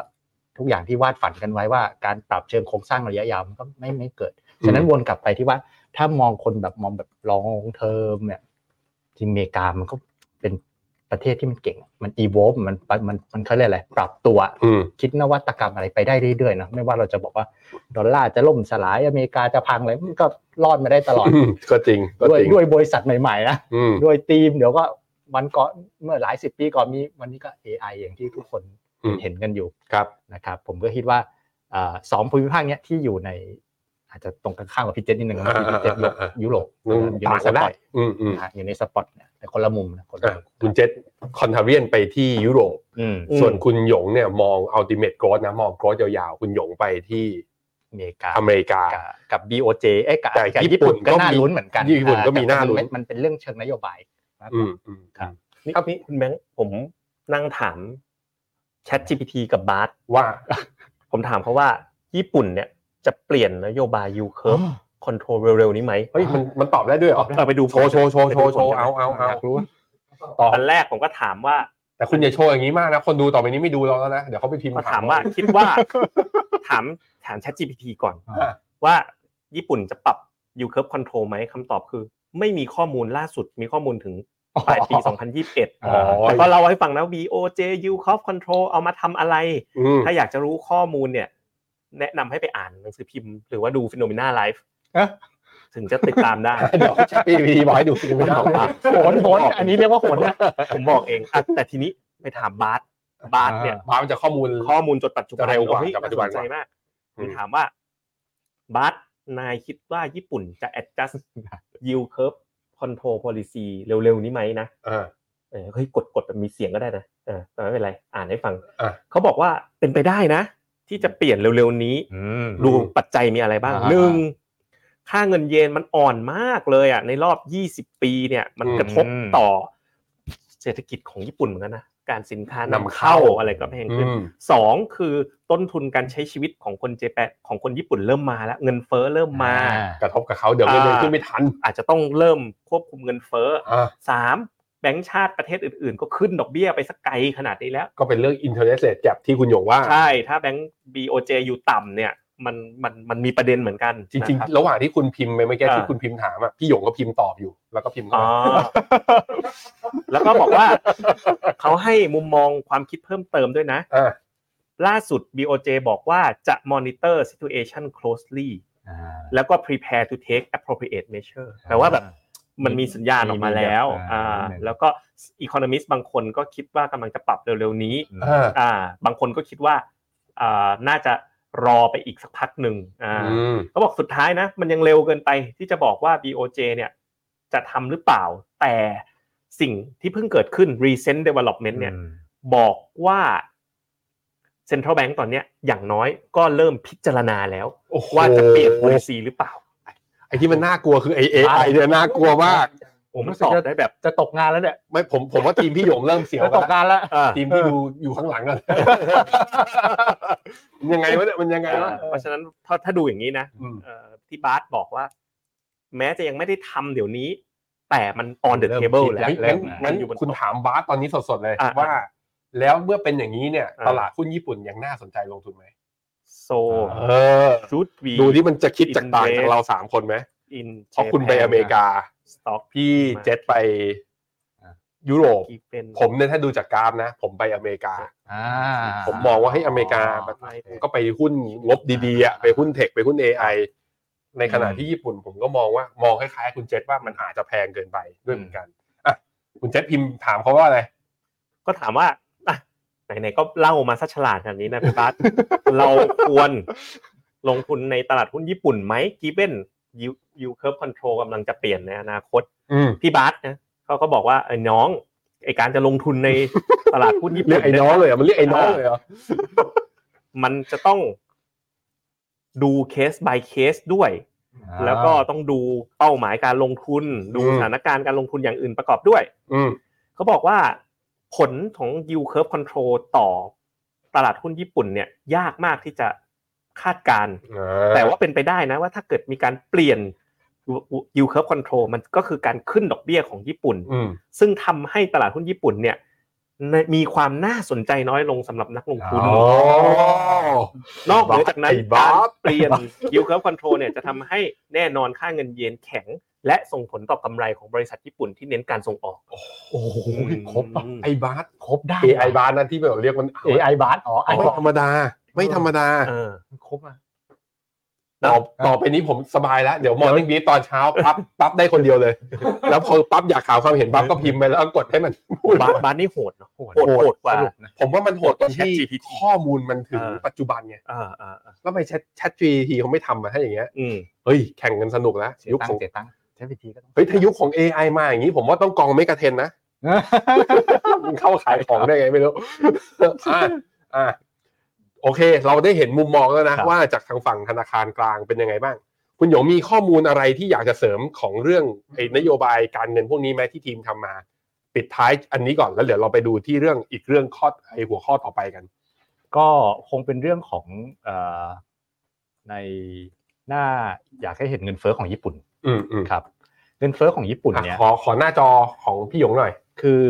ทุกอย่างที่วาดฝันกันไว้ว่า การปรับเชิงโครงสร้างระยะยาวมันก็ไม่ไม่เกิด ฉะนั้นวนกลับไปที่ว่าถ้ามองคนแบบมองแบบลองเทอมเนี่ยที่อเมริกามันก็เป็นประเทศที่มันเก่ง มันอีโวฟมันมันมันเขาเรียกอะไรปรับตัว
อืม
คิดนวัตกรรมอะไรไปได้เรื่อยๆเนอะไม่ว่าเราจะบอกว่าดอลลาร์จะล่มสลายอเมริกาจะพังอะไรมันก็รอดมาได้ตลอด
อืมก็จริงก็
ด้วย
จริง
ด้วยบริษัทใหม่ๆนะ
อืม
ด้วยทีมเดี๋ยวก็วันก่อนเมื่อหลายสิบปีก่อนมีวันนี้ก็ AI อย่างที่ทุกคนเห็นกันอยู่
ครับ
นะครับ ผมก็คิดว่าเอ่อสองภูมิภาคเนี้ยที่อยู่ใน อาจจะตรงกันข้ามกับพี่เจษนิดนึงนะ
อ่า
พี่เจษโลก
อ่าอ่า
ยุโรป
อืม
อยู่
ต่า
ใน
ง
ส
กัน
ป
ได้
อต
อืมอืม
นะฮะอยู่ในสปอตเนี่ยแต่คนละมุมนะคนละ
อ่ะ
มุม
คุณเจษคอนทาเรียนไปที่ยุโรป
อืม
อืม
ส่วนคุณหยงเนี่ยมองอัลติเม g โกร h นะมองโกร h ยาวๆ คุณหยงไปที่
อเมริกา
อเมริกา
กับกับ BOJ เอ้ยกับ
แต่
กับ
ญี่
ญี่
ปุ่
ปุ่
น
น
ก็
ก็น่า
มี
ลุ้นเหมือนกัน
ญี่ปุ่นก็มี
อ่
น่าลุ้น
แต่มัมันเป็นเรื่องเชิงนโยบายมากก
อื
ว่าม
อืม
ครับ นี่นี่คุณแบงค์ผมนั่งถาม Chat GPT กับบาร์
ว่า
ผมถามเขาว่าญี่ปุ่นเนี่ยจะเปลี่ยนนโยบาย U curve control เร็วๆนี้ไหม
เฮ้ย มันมันตอบได้ด้วยเหรอ
เออไปดู
โชว์โชว์โชว์โชว์โชว์เอาเอาเอา
อยากรู้ว่า
ต่อ
ตอนแรกผมก็ถามว่า
แต่คุณอย่าโชว์อย่างนี้มากนะ คนดูต่อไปนี้ไม่ดูเราแล้วนะ เดี๋ยวเขาไปพิมพ์
ก็ถามว่าคิดว่า ถามถาม ChatGPT ก่อน
อ่ะ
ว่าญี่ปุ่นจะปรับ U curve control ไหมคำตอบคือ ไม่มีข้อมูลล่าสุดมีข้อมูลถึงปลายปี 2021
อ๋อ
แต่ก็เราให้ฟังนะ BOJ U curve control เอามาทำอะไร
อืม
ถ้าอยากจะรู้ข้อมูลเนี่ย แนะนำให้ไปอ่านหนังสือพิมพ์ หรือว่าดูฟิโนเมนาไลฟ์
เอ๊ะ
ถึงจะติดตามได้
เดี๋ยวแชทพีพีบอกให้ดูฟิโนเมนาไลฟ์
โหนโหนอันนี้เรียกว่าโหนนะ
ผมบอกเองอ่ะแต่ทีนี้ไปถามบาร์สบาร์สเนี่ย
บาร์มันจะข้อมูล
ข้อมูลจดปัจจุบัน
จะเร็วกว่า
โอ้ย
จากปัจจุบัน
าสใจมาก
อืม
คือถามว่าบาร์สนายคิดว่าญี่ปุ่นจะ adjust yield curve control policy เร็วๆนี้ไหมนะ
อ่า
เออเฮ้ยกดกดแบบมีเสียงก็ได้นะเออแต่ไม่เป็นไร อ่านให้ฟัง
อ่ะ
เขาบอกว่าเป็นไปได้นะ ที่จะเปลี่ยนเร็วๆนี้ ดูปัจจัยมีอะไรบ้าง
อ่าฮะ
หนึ่งค่าเงินเยนมันอ่อนมากเลยอ่ะในรอบ 20 ปีเนี่ย มันกระทบ
อืม
ต่อเศรษฐกิจของญี่ปุ่นเหมือนกันนะการสินค้านำ
นำเข้า
เข้าอะไรก็แพงขึ้น
อืม
สองคือต้นทุนการใช้ชีวิตของคนเจแปนของคนญี่ปุ่นเริ่มมาแล้ว เงินเฟ้อเริ่มมา
กระทบกับเขาเดี๋ยวเงินเดือนขึ้นไม่ทัน
อาจจะต้องเริ่มควบคุมเงินเฟ้อ
อ่า
สามแบงก์ชาติประเทศอื่น ๆ ก็ขึ้นดอกเบี้ยไปสักไกลขนาดนี้แล้ว
ก็เป็นเรื่อง interest rate gap ที่คุณหยงว่า
ใช่ ถ้าแบงก์ BOJ อยู่ต่ำเนี่ย มันมันมันมีประเด็นเหมือนกัน
จริง
นะคบ
ๆ ระหว่างที่คุณพิมพ์ไปเมื่อกี้
อ่า
ที่คุณพิมพ์ถามอ่ะพี่หยงก็พิมพ์ตอบอยู่ แล้วก็พิมพ์เข้า
อ๋อ
มา
แล้วก็บอกว่า เขาให้มุมมองความคิดเพิ่มเติมด้วยนะ
อ่า
ล่าสุด BOJ บอกว่าจะ monitor situation closely
อ่า
แล้วก็ prepare to take appropriate measure แปลว่าแบบมันมีสัญญาณออกมาแล้ว
มี
อ่า
อ่ามี
แล้วก็ economist บางคนก็คิดว่ากำลังจะปรับเร็วๆนี้
อ่า
อ่าบางคนก็คิดว่าอ่าน่าจะรอไปอีกสักพักหนึ่งอ่า
อืม
เขาบอกสุดท้ายนะ มันยังเร็วเกินไปที่จะบอกว่า BOJ เนี่ยจะทำหรือเปล่า แต่สิ่งที่เพิ่งเกิดขึ้น recent development เนี่ย บอกว่า Central Bank ตอนเนี้ยอย่างน้อยก็เริ่มพิจารณาแล้ว
โอ้โห
ว่าจะเปลี่ยน policy หรือเปล่า
ไอ้ที่มันน่ากลัวคือไอเอไอเนี่ยน่ากลัวมาก
โอ้มันตอบได้แบบ
จะตกงานแล้วเนี่ย
ไม่ผมผมว่าทีมพี่หยงเริ่มเสียว
จะต
กั
ก
น
งานแล้ว
ทีมที่ดูอยู่ข้างหลังกัน ยังไงวะเนี่ยมันยังไงวะ
เพราะฉะนั้นถ้าถ้าดูอย่างนี้นะ
อืม
เอ่อที่บาสบอกว่า แม้จะยังไม่ได้ทำเดี๋ยวนี้ แต่มัน on the table แล้ว
เฮ้ยงั้น
แล้ว
งั้น
อยู่บน
คุณถามบาสตอนนี้สดๆเลย
อ่ะ
ว่า แล้วเมื่อเป็นอย่างนี้เนี่ย
อ่ะ
ตลาดหุ้นญี่ปุ่นยังน่าสนใจลงทุนไหม
so
เออ
should we
ดูที่มันจะคิดจากต่างจากเราสามคนไหม
in
เพราะคุณไป
Japan
อเมริกา
stock
พี่เจษไปยุโรป
ที่เป็น
ผมเนี่ยถ้าดูจากกราฟนะ ผมไปอเมริกา
อ่า
ผมมองว่าให้อเมริกาแบบผมก็ไปหุ้นงบดีๆอะไปหุ้นเทคไปหุ้น AI ในขณะที่ญี่ปุ่นผมก็มองว่ามองคล้ายๆ คุณเจษว่ามันอาจจะแพงเกินไปด้วยเหมือนกันอ่ะคุณเจษพิมพ์ถามเขาว่าอะไร
ก็ถามว่าอ่ะไหนๆก็เล่ามาซะฉลาดขนาดนี้นะพี่บาส เราควรลงทุนในตลาดหุ้นญี่ปุ่นไหม given you you curve control กำลังจะเปลี่ยนในอนาคต
อืม
พี่บาสนะเขาก็บอกว่าเออน้องไอการจะลงทุนใน ตลาดหุ้นญี่
เรี
ปุ่
ยก
น
ไอ้น้องเลยเหรอ่ะมันเรียกไอ้น้องเลยเหรอ
มันจะต้องดูเคส by เคสด้วย แล้วก็ต้องดูเป้าหมายการลงทุน ดูสถานการณ์การลงทุนอย่างอื่นประกอบด้วย
อืม
เขาบอกว่าผลของ yield curve control ต่อตลาดหุ้นญี่ปุ่นเนี่ย ยากมากที่จะคาดการณ์แต่ว่าเป็นไปได้นะว่าถ้าเกิดมีการเปลี่ยน yield curve control มันก็คือการขึ้นดอกเบี้ยของญี่ปุ่น
อืม
ซึ่งทำให้ตลาดหุ้นญี่ปุ่นเนี่ยมีความน่าสนใจน้อยลงสำหรับนักลงทุน
อ๋อ
นอกเหนือจากนั้น
ไอ้
กา
บ้า
รเปลี่ยน yield curve control เนี่ยจะทำให้แน่นอนค่าเงินเยนแข็ง และส่งผลต่อกำไรของบริษัทญี่ปุ่นที่เน้นการส่งออก
โอ้โหครบอ่ะ
ไอ้บาส
ครบได้
AI บาสนั่นที่แบบเรียกมัน
AI บาสอ๋อไอ
ไม่ธรรมดา ไม่ธรรมดา
เออ
ครบอ่ะ
ต่อต่อไปนี้ผมสบายแล้ว เดี๋ยวมอร์นิ่งบีตอนเช้าปั๊บปั๊บได้คนเดียว เลย แล้วพอปั๊บอยากข่าวความเห็นปั๊บก็พิมพ์ไปแล้วกดให้ มันพูด
บาสบาสนี่โหดเนาะ
โหด
โหดโหดกว่า
สรุปนะ
ผมว่ามันโหดตรงที่
ChatGPT
ข้อมูลมันถึง
เออ
ปัจจุบันไง
อ่าอ่าอ่า
แล้วไปแชทแชท GPT เขาไม่ทำมาให้อย่างเงี้ย
อืม
เฮ้ยแข่งกันสนุกแล้ว
เสีย
ยุค
ตัง
ของ
ค์เสียตังค์ใช้วิธีก็ ต้อง
เฮ้ยถ้ายุคของ AI มาอย่างนี้ผมว่าต้องกองไม่กระเทนนะ มึง เข้าขายของได้ไงไม่รู้อ่ะอ่ะโอเค เราได้เห็นมุมมองแล้วนะ
ครับ
ว่าจากทางฝั่งธนาคารกลางเป็นยังไงบ้าง คุณหยงมีข้อมูลอะไรที่อยากจะเสริมของเรื่องไอ้นโยบายการเงินพวกนี้ไหมที่ทีมทำมา ปิดท้ายอันนี้ก่อนแล้วเดี๋ยวเราไปดูที่เรื่องอีกเรื่องข้อไอ้หัวข้อต่อไปกัน
ก็คงเป็นเรื่องของเอ่อในหน้าอยากให้เห็นเงินเฟ้อของญี่ปุ่น
อืมอืม
ครับ เงินเฟ้อของญี่ปุ่น
อ่ะ
เนี่ย
ขอขอหน้าจอของพี่หยงหน่อย
คือ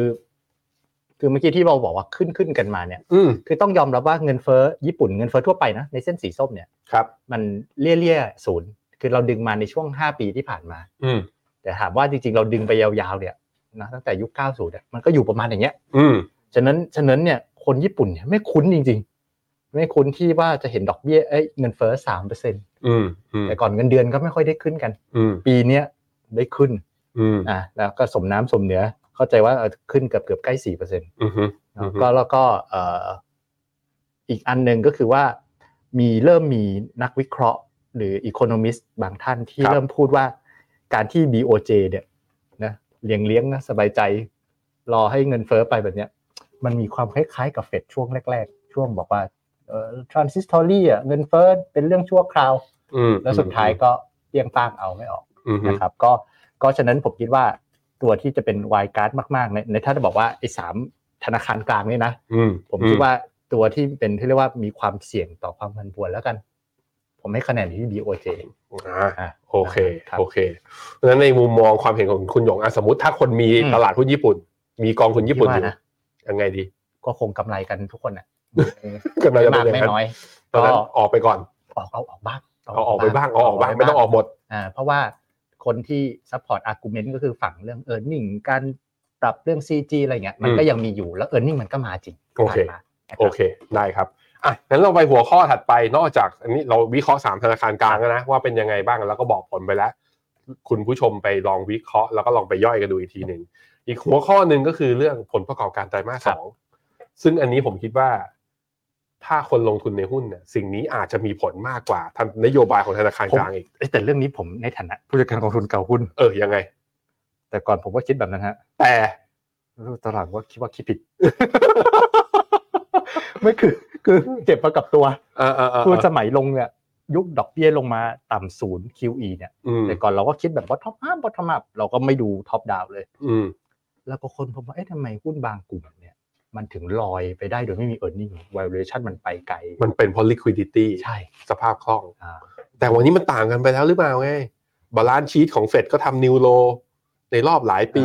คือเมื่อกี้ที่เราบอกว่าขึ้นขึ้นกันมาเนี่ย
อืม
คือต้องยอมรับว่าเงินเฟ้อญี่ปุ่นเงินเฟ้อทั่วไปนะในเส้นสีส้มเนี่ย
ครับ
มันเลี่ยเลี่ยๆศูนย์คือเราดึงมาในช่วง 5 ปีที่ผ่านมา
อืม
แต่ถามว่าจริงๆ เราดึงไปยาวๆเนี่ยนะตั้งแต่ยุค 90เนี่ยมันก็อยู่ประมาณอย่างเงี้ย
อืม
ฉะนั้นฉะนั้นเนี่ยคนญี่ปุ่นเนี่ยไม่คุ้นจริง ๆ ไม่คุ้นที่ว่าจะเห็นดอกเบี้ยเอ้ยเงินเฟ้อสามเปอร์เซ็นต์
อืมอืม
แต่ก่อนเงินเดือนก็ไม่ค่อยได้ขึ้นกัน
อืม
ปีเนี้ยได้ขึ้น
อืม
อ่ะแล้วก็สมน้ำสมเนื้อเข้าใจว่าเออขึ้นเกือบเกือบใกล้สี่เปอร์เซ็นต์
อืม อือฮึ
ก็แล้วก็เอ่ออีกอันหนึ่งก็คือว่ามีเริ่มมีนักวิเคราะห์ หรืออีโคโนมิสบางท่านที่เริ่มพูดว่าการที่ BOJ เนี่ยนะเลี้ยงเลี้ยงนะสบายใจ รอให้เงินเฟ้อไปแบบเนี้ย มันมีความคล้ายๆกับเฟดช่วงแรกๆ ช่วงบอกว่าเอ่อ transitory อ่ะเงินเฟ้อเป็นเรื่องชั่วคราว
อืม
แล้วสุดท้ายก็เลี่ยงป้างเอาไม่ออก
อืม
นะครับก็ก็ฉะนั้นผมคิดว่าตัวที่จะเป็นวายการ์ดมากๆในในถ้าจะบอกว่าไอ้สามธนาคารกลางเนี่ยนะ
อืม
ผมคิดว่าตัวที่เป็นที่เรียกว่ามีความเสี่ยงต่อความผันผวนแล้วกัน ผมให้คะแนนอยู่ที่ BOJ
อ่า
อ่ะ
โอเค
ครับ
โอเค เพราะฉะนั้นในมุมมองความเห็นของคุณหยงอ่ะสมมติถ้าคนมี
อืม
ตลาดหุ้นญี่ปุ่น มีกองทุนญี่ปุ่นอ
คิด
ยู่
ว่านะ
ยังไงดี
ก็คงกำไรกันทุกคน อ่ะ
กำลังจะเป็
มาน ก
อย่าง
ไม่
นั้น
น้อย
เพราะฉะนั้น
ก็
ออกไปก่อน
ออกเอาออกบ้าง
เอาออกไปบ้างเอาออกบ้างไม่ต้องออกหมด
อ่าเพราะว่าคนที่ซัพพอร์ตอาร์กุเมนต์ก็คือฝั่งเรื่องเออร์เน็งการปรับเรื่อง CG อะไรเงี้ยมันก็ยังมีอยู่แล้วเออร์เน็งมันก็มาจริง
โอเค
ผ่านมานะครับ
โอเค ได้ครับ อ่ะงั้นเราไปหัวข้อถัดไป นอกจากอันนี้เราวิเคราะห์สามธนาคารกลางแล้วนะ ว่าเป็นยังไงบ้างแล้วก็บอกผลไปแล้ว คุณผู้ชมไปลองวิเคราะห์แล้วก็ลองไปย่อยกันดูอีกทีหนึ่งอีกหัวข้อหนึ่งก็คือเรื่องผลประกอบการไตรมาสสองซึ่งอันนี้ผมคิดว่า ถ้าคนลงทุนในหุ้นเนี่ยสิ่งนี้อาจจะมีผลมากกว่าทางนโยบายของธนาคารกลางอีก
เอ้ยแต่เรื่องนี้ผมในฐานะผู้จัดการกองทุนเก่าหุ้น
เออยังไง
แต่ก่อนผมก็คิดแบบนั้นฮะ
แต่
ตอนหลังว่าคิดว่าคิด ผิด ไม่คือ คือเจ็บมากับตัว
เออเออเออ
คือสมัยลงเนี่ย ยุคดอกเบี้ยลงมาต่ำศูนย์ QE เนี่ย
อืม
แต่ก่อนเราก็คิดแบบว่าท็อปอัพบอททอมอัพเราก็ไม่ดูท็อปดาวเลย
อืม
แล้วก็คนผมว่าเอ๊ะทำไมหุ้นบางกลุ่มเนี่ย มันถึงลอยไปได้โดยไม่มี e a r n i n g valuation มันไปไกล
มันเป็นเพราะ liquidity
ใช่
สภาพคล่อง
อ่า
แต่วันนี้มันต่างกันไปแล้วหรือเปล่าไง บาลานซ์ชีตของเฟดก็ทำนิวโล ในรอบหลายปี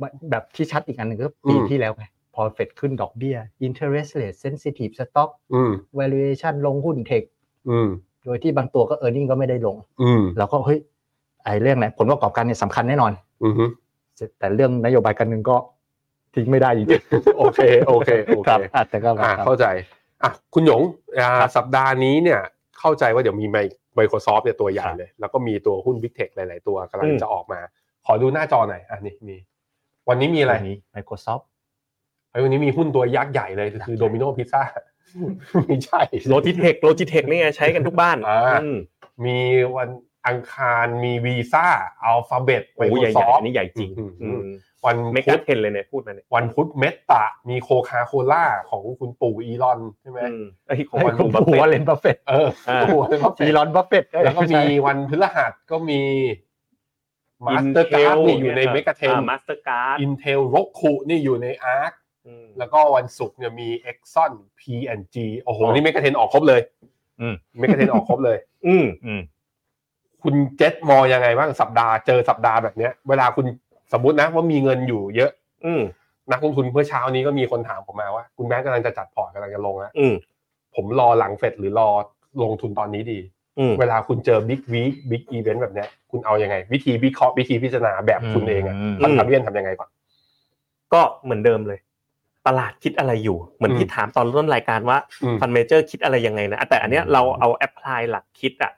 อ่าแบบที่ชัดอีกอันหนึ่งก็ปี
อืม
ที่แล้วไงพอเฟดขึ้นดอกเบี้ย interest rate sensitive stock
อืม
valuation ลงหุ้นเทค
อืม
โดยที่บางตัวก็ e a r n i n g ก็ไม่ได้ลง
อืม
เราก็เฮ้ยไอ้เรื่องไหนผลประกอบการเนี่ยสำคัญแน่นอน
อืมฮึ
แต่เรื่องนโยบายการเงินก็ทิ้งไม่ได้จริง
โอเค โอเค โอ
ค
เค
รับอ่ะแต่ก็
อ่า
ครับ
เข้าใจ อ่ะ คุณหยงอ่าสัปดาห์นี้เนี่ย เข้าใจว่าเดี๋ยวมีไม Microsoft เนี่ยตัวใหญ่เลย แล้วก็มีตัวหุ้น Big Tech หลาย ๆ ตัวกำลังจะออกมา ขอดูหน้าจอหน่อย อ่ะ นี่มี วันนี้มีอะไร
วันนี้ Microsoft
เฮ้ยวันนี้มีหุ้นตัวยักษ์ใหญ่เลย คือโดมิโนพิซซ่า ไม่ใช่
โลจิเทคโลจิเทคนี่ไงใช้กันทุกบ้าน
อ่า
อืม
มีวันอังคารมีวีซ่าอัลฟาเบตไป
โอ้
คุ
ยใหญ่
ซ
ๆ
อฟ
อันนี้ใหญ่จริงอืม
วัน
เม
พุ
กะ
ธ
เทนเลยเนี่ยพูดมาเนี่ย
วันพุธเมตตามีโคคาโคล่าของคุณปู่อีลอนใช่ไหม
อืมไอ้ยของ
ให้
วัน
คุณ
ลุงบัฟ
ปู่
เฟ่
ว่า
ต์
เลนบัฟเฟต
เออ
อ่า
ปู่เป็นพับ
อีลอนบัฟเฟต
แล้วก็มีวันพฤหัสก็มีมาสเตอร์การ์ดนี่อยู่ในเมกะเทน
มาสเตอร์การ์ด
อินเทลรกคุนี่อยู่ในอาร์คแล้วก็วันศุกร์เนี่ยมีเอ็กซอนพีแอนจีโอ้โห นี่เมกะเทนออกครบเลยเมกะเทนออกครบเลย
อืม
คุณเจษมองยังไงบ้างสัปดาห์เจอสัปดาห์แบบเนี้ย เวลาคุณสมมตินะว่ามีเงินอยู่เยอะ
อืม
นักลงทุนเมื่อเช้านี้ก็มีคนถามผมมาว่า คุณแบงค์กำลังจะจัดพอร์ตกำลังจะลงแล้ว
อืม
ผมรอหลังเฟดหรือรอลงทุนตอนนี้ดี
อืม
เวลาคุณเจอบิ๊กวีคบิ๊กอีเวนต์แบบเนี้ยคุณเอายังไง วิธีวิเคราะห์วิธีพิจารณาแบบคุณเองอะ
อื
มัน
ม
ทำเลี่ยนทำยังไงก่อน
ก็เหมือนเดิมเลย ตลาดคิดอะไรอยู่ เหมือนที่ถามตอนต้นรายการว่า
อืม
ฟันเมเจอร์คิดอะไรยังไงนะ แต่อันเนี้ยเราเอาแอพพลายหลักคิดอะ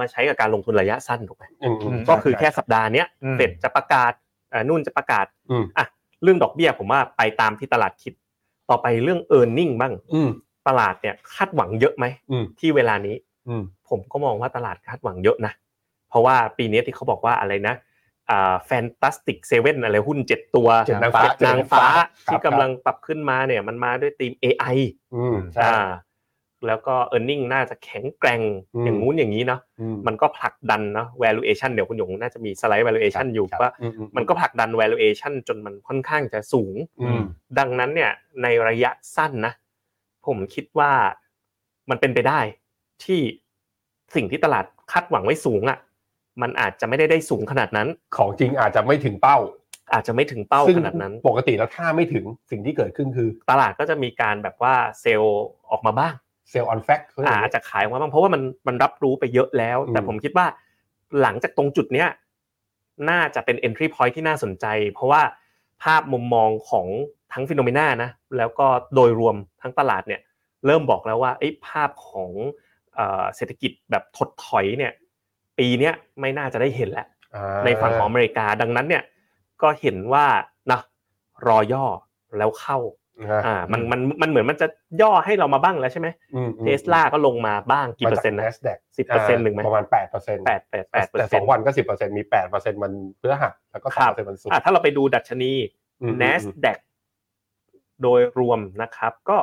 มาใช้กับการลงทุนระยะสั้นถูกไหม
อืมอืม
ก็คือแค่สัปดาห์เนี้ย
อืม
เฟดจะประกาศเอ่อนุ่นจะประกาศ
อืม
อ่ะเรื่องดอกเบี้ยผมว่าไปตามที่ตลาดคิด ต่อไปเรื่อง e a r n i n g บ้าง
อืม
ตลาดเนี่ยคาดหวังเยอะไหม
อืม
ที่เวลานี้
อืม
ผมก็มองว่าตลาดคาดหวังเยอะนะ เพราะว่าปีนี้ที่เขาบอกว่าอะไรนะแฟนตาสติกเซเว่นอะไรหุ้นเจ็ดตัว
เจ็ดนางฟ้า
เจ็ดนางฟ้า
ครับ
ที่กำลังปรับขึ้นมาเนี่ยมันมาด้วยธีม AI
อืม ใช่
อ่าแล้วก็ e a r n i n g น่าจะแข็งแกร่ง
อืม
อย่างงู้นอย่างนี้เนาะ
อืม
มันก็ผลักดันเนาะ valuation เดี๋ยวคุณหยงน่าจะมีสไลด์ valuation อยู่ว่า
อือื
มันก็ผลักดัน valuation จนมันค่อนข้างจะสูง
อืม
ดังนั้นเนี่ยในระยะสั้นนะ ผมคิดว่ามันเป็นไปได้ที่สิ่งที่ตลาดคาดหวังไว้สูงอะ่ะ มันอาจจะไม่ได้ได้สูงขนาดนั้น
ของจริงอาจจะไม่ถึงเป้า
อาจจะไม่ถึงเป้า
ซึ่ง
ขนาดนั้น
ปกติแล้วถ้าไม่ถึงสิ่งที่เกิดขึ้นคือ
ตลาดก็จะมีการแบบว่าเซลล์ออกมาบ้าง
เซลล์ออนแฟก
อาอาจจะขายออกมาบ้างเพราะว่ามันมันรับรู้ไปเยอะแล้ว
อืม
แต่ผมคิดว่าหลังจากตรงจุดเนี้ยน่าจะเป็น entry point ที่น่าสนใจ เพราะว่าภาพมุมมองของทั้งฟิโนเมนานะ แล้วก็โดยรวมทั้งตลาดเนี่ยเริ่มบอกแล้วว่าไอ้ยภาพของเอ่อเศรษฐกิจแบบถดถอยเนี่ยปีเนี้ยไม่น่าจะได้เห็นแล้ว ในฝั่งของอเมริกาดังนั้นเนี่ยก็เห็นว่านะรอย่อแล้วเข้าอ่ามันมันมันเหมือนมันจะย่อให้เรามาบ้างแล้วใช่ไหม เทสลาก็ลงมาบ้างกี่เปอร์เซ็นต์นะ
NASDAQ
สิบเปอร์เซ็นต์หนึ่งไหม
ประมาณแปดเปอร์เซ็นต์
แปดแปดแปดเปอ
แต่
ร์เซ็
สอ
น
ง
ต์
วันก็สิบเปอร์เซ็นต์มีแปดเปอร์เซ็นต์มันเพื่อหักแล้วก็
ค
สาม
รับ
เปอร์เซ็นต์มันสูง
อ่ะถ้าเราไปดูดัชนี n a s d a q โดยรวมนะครับ ก็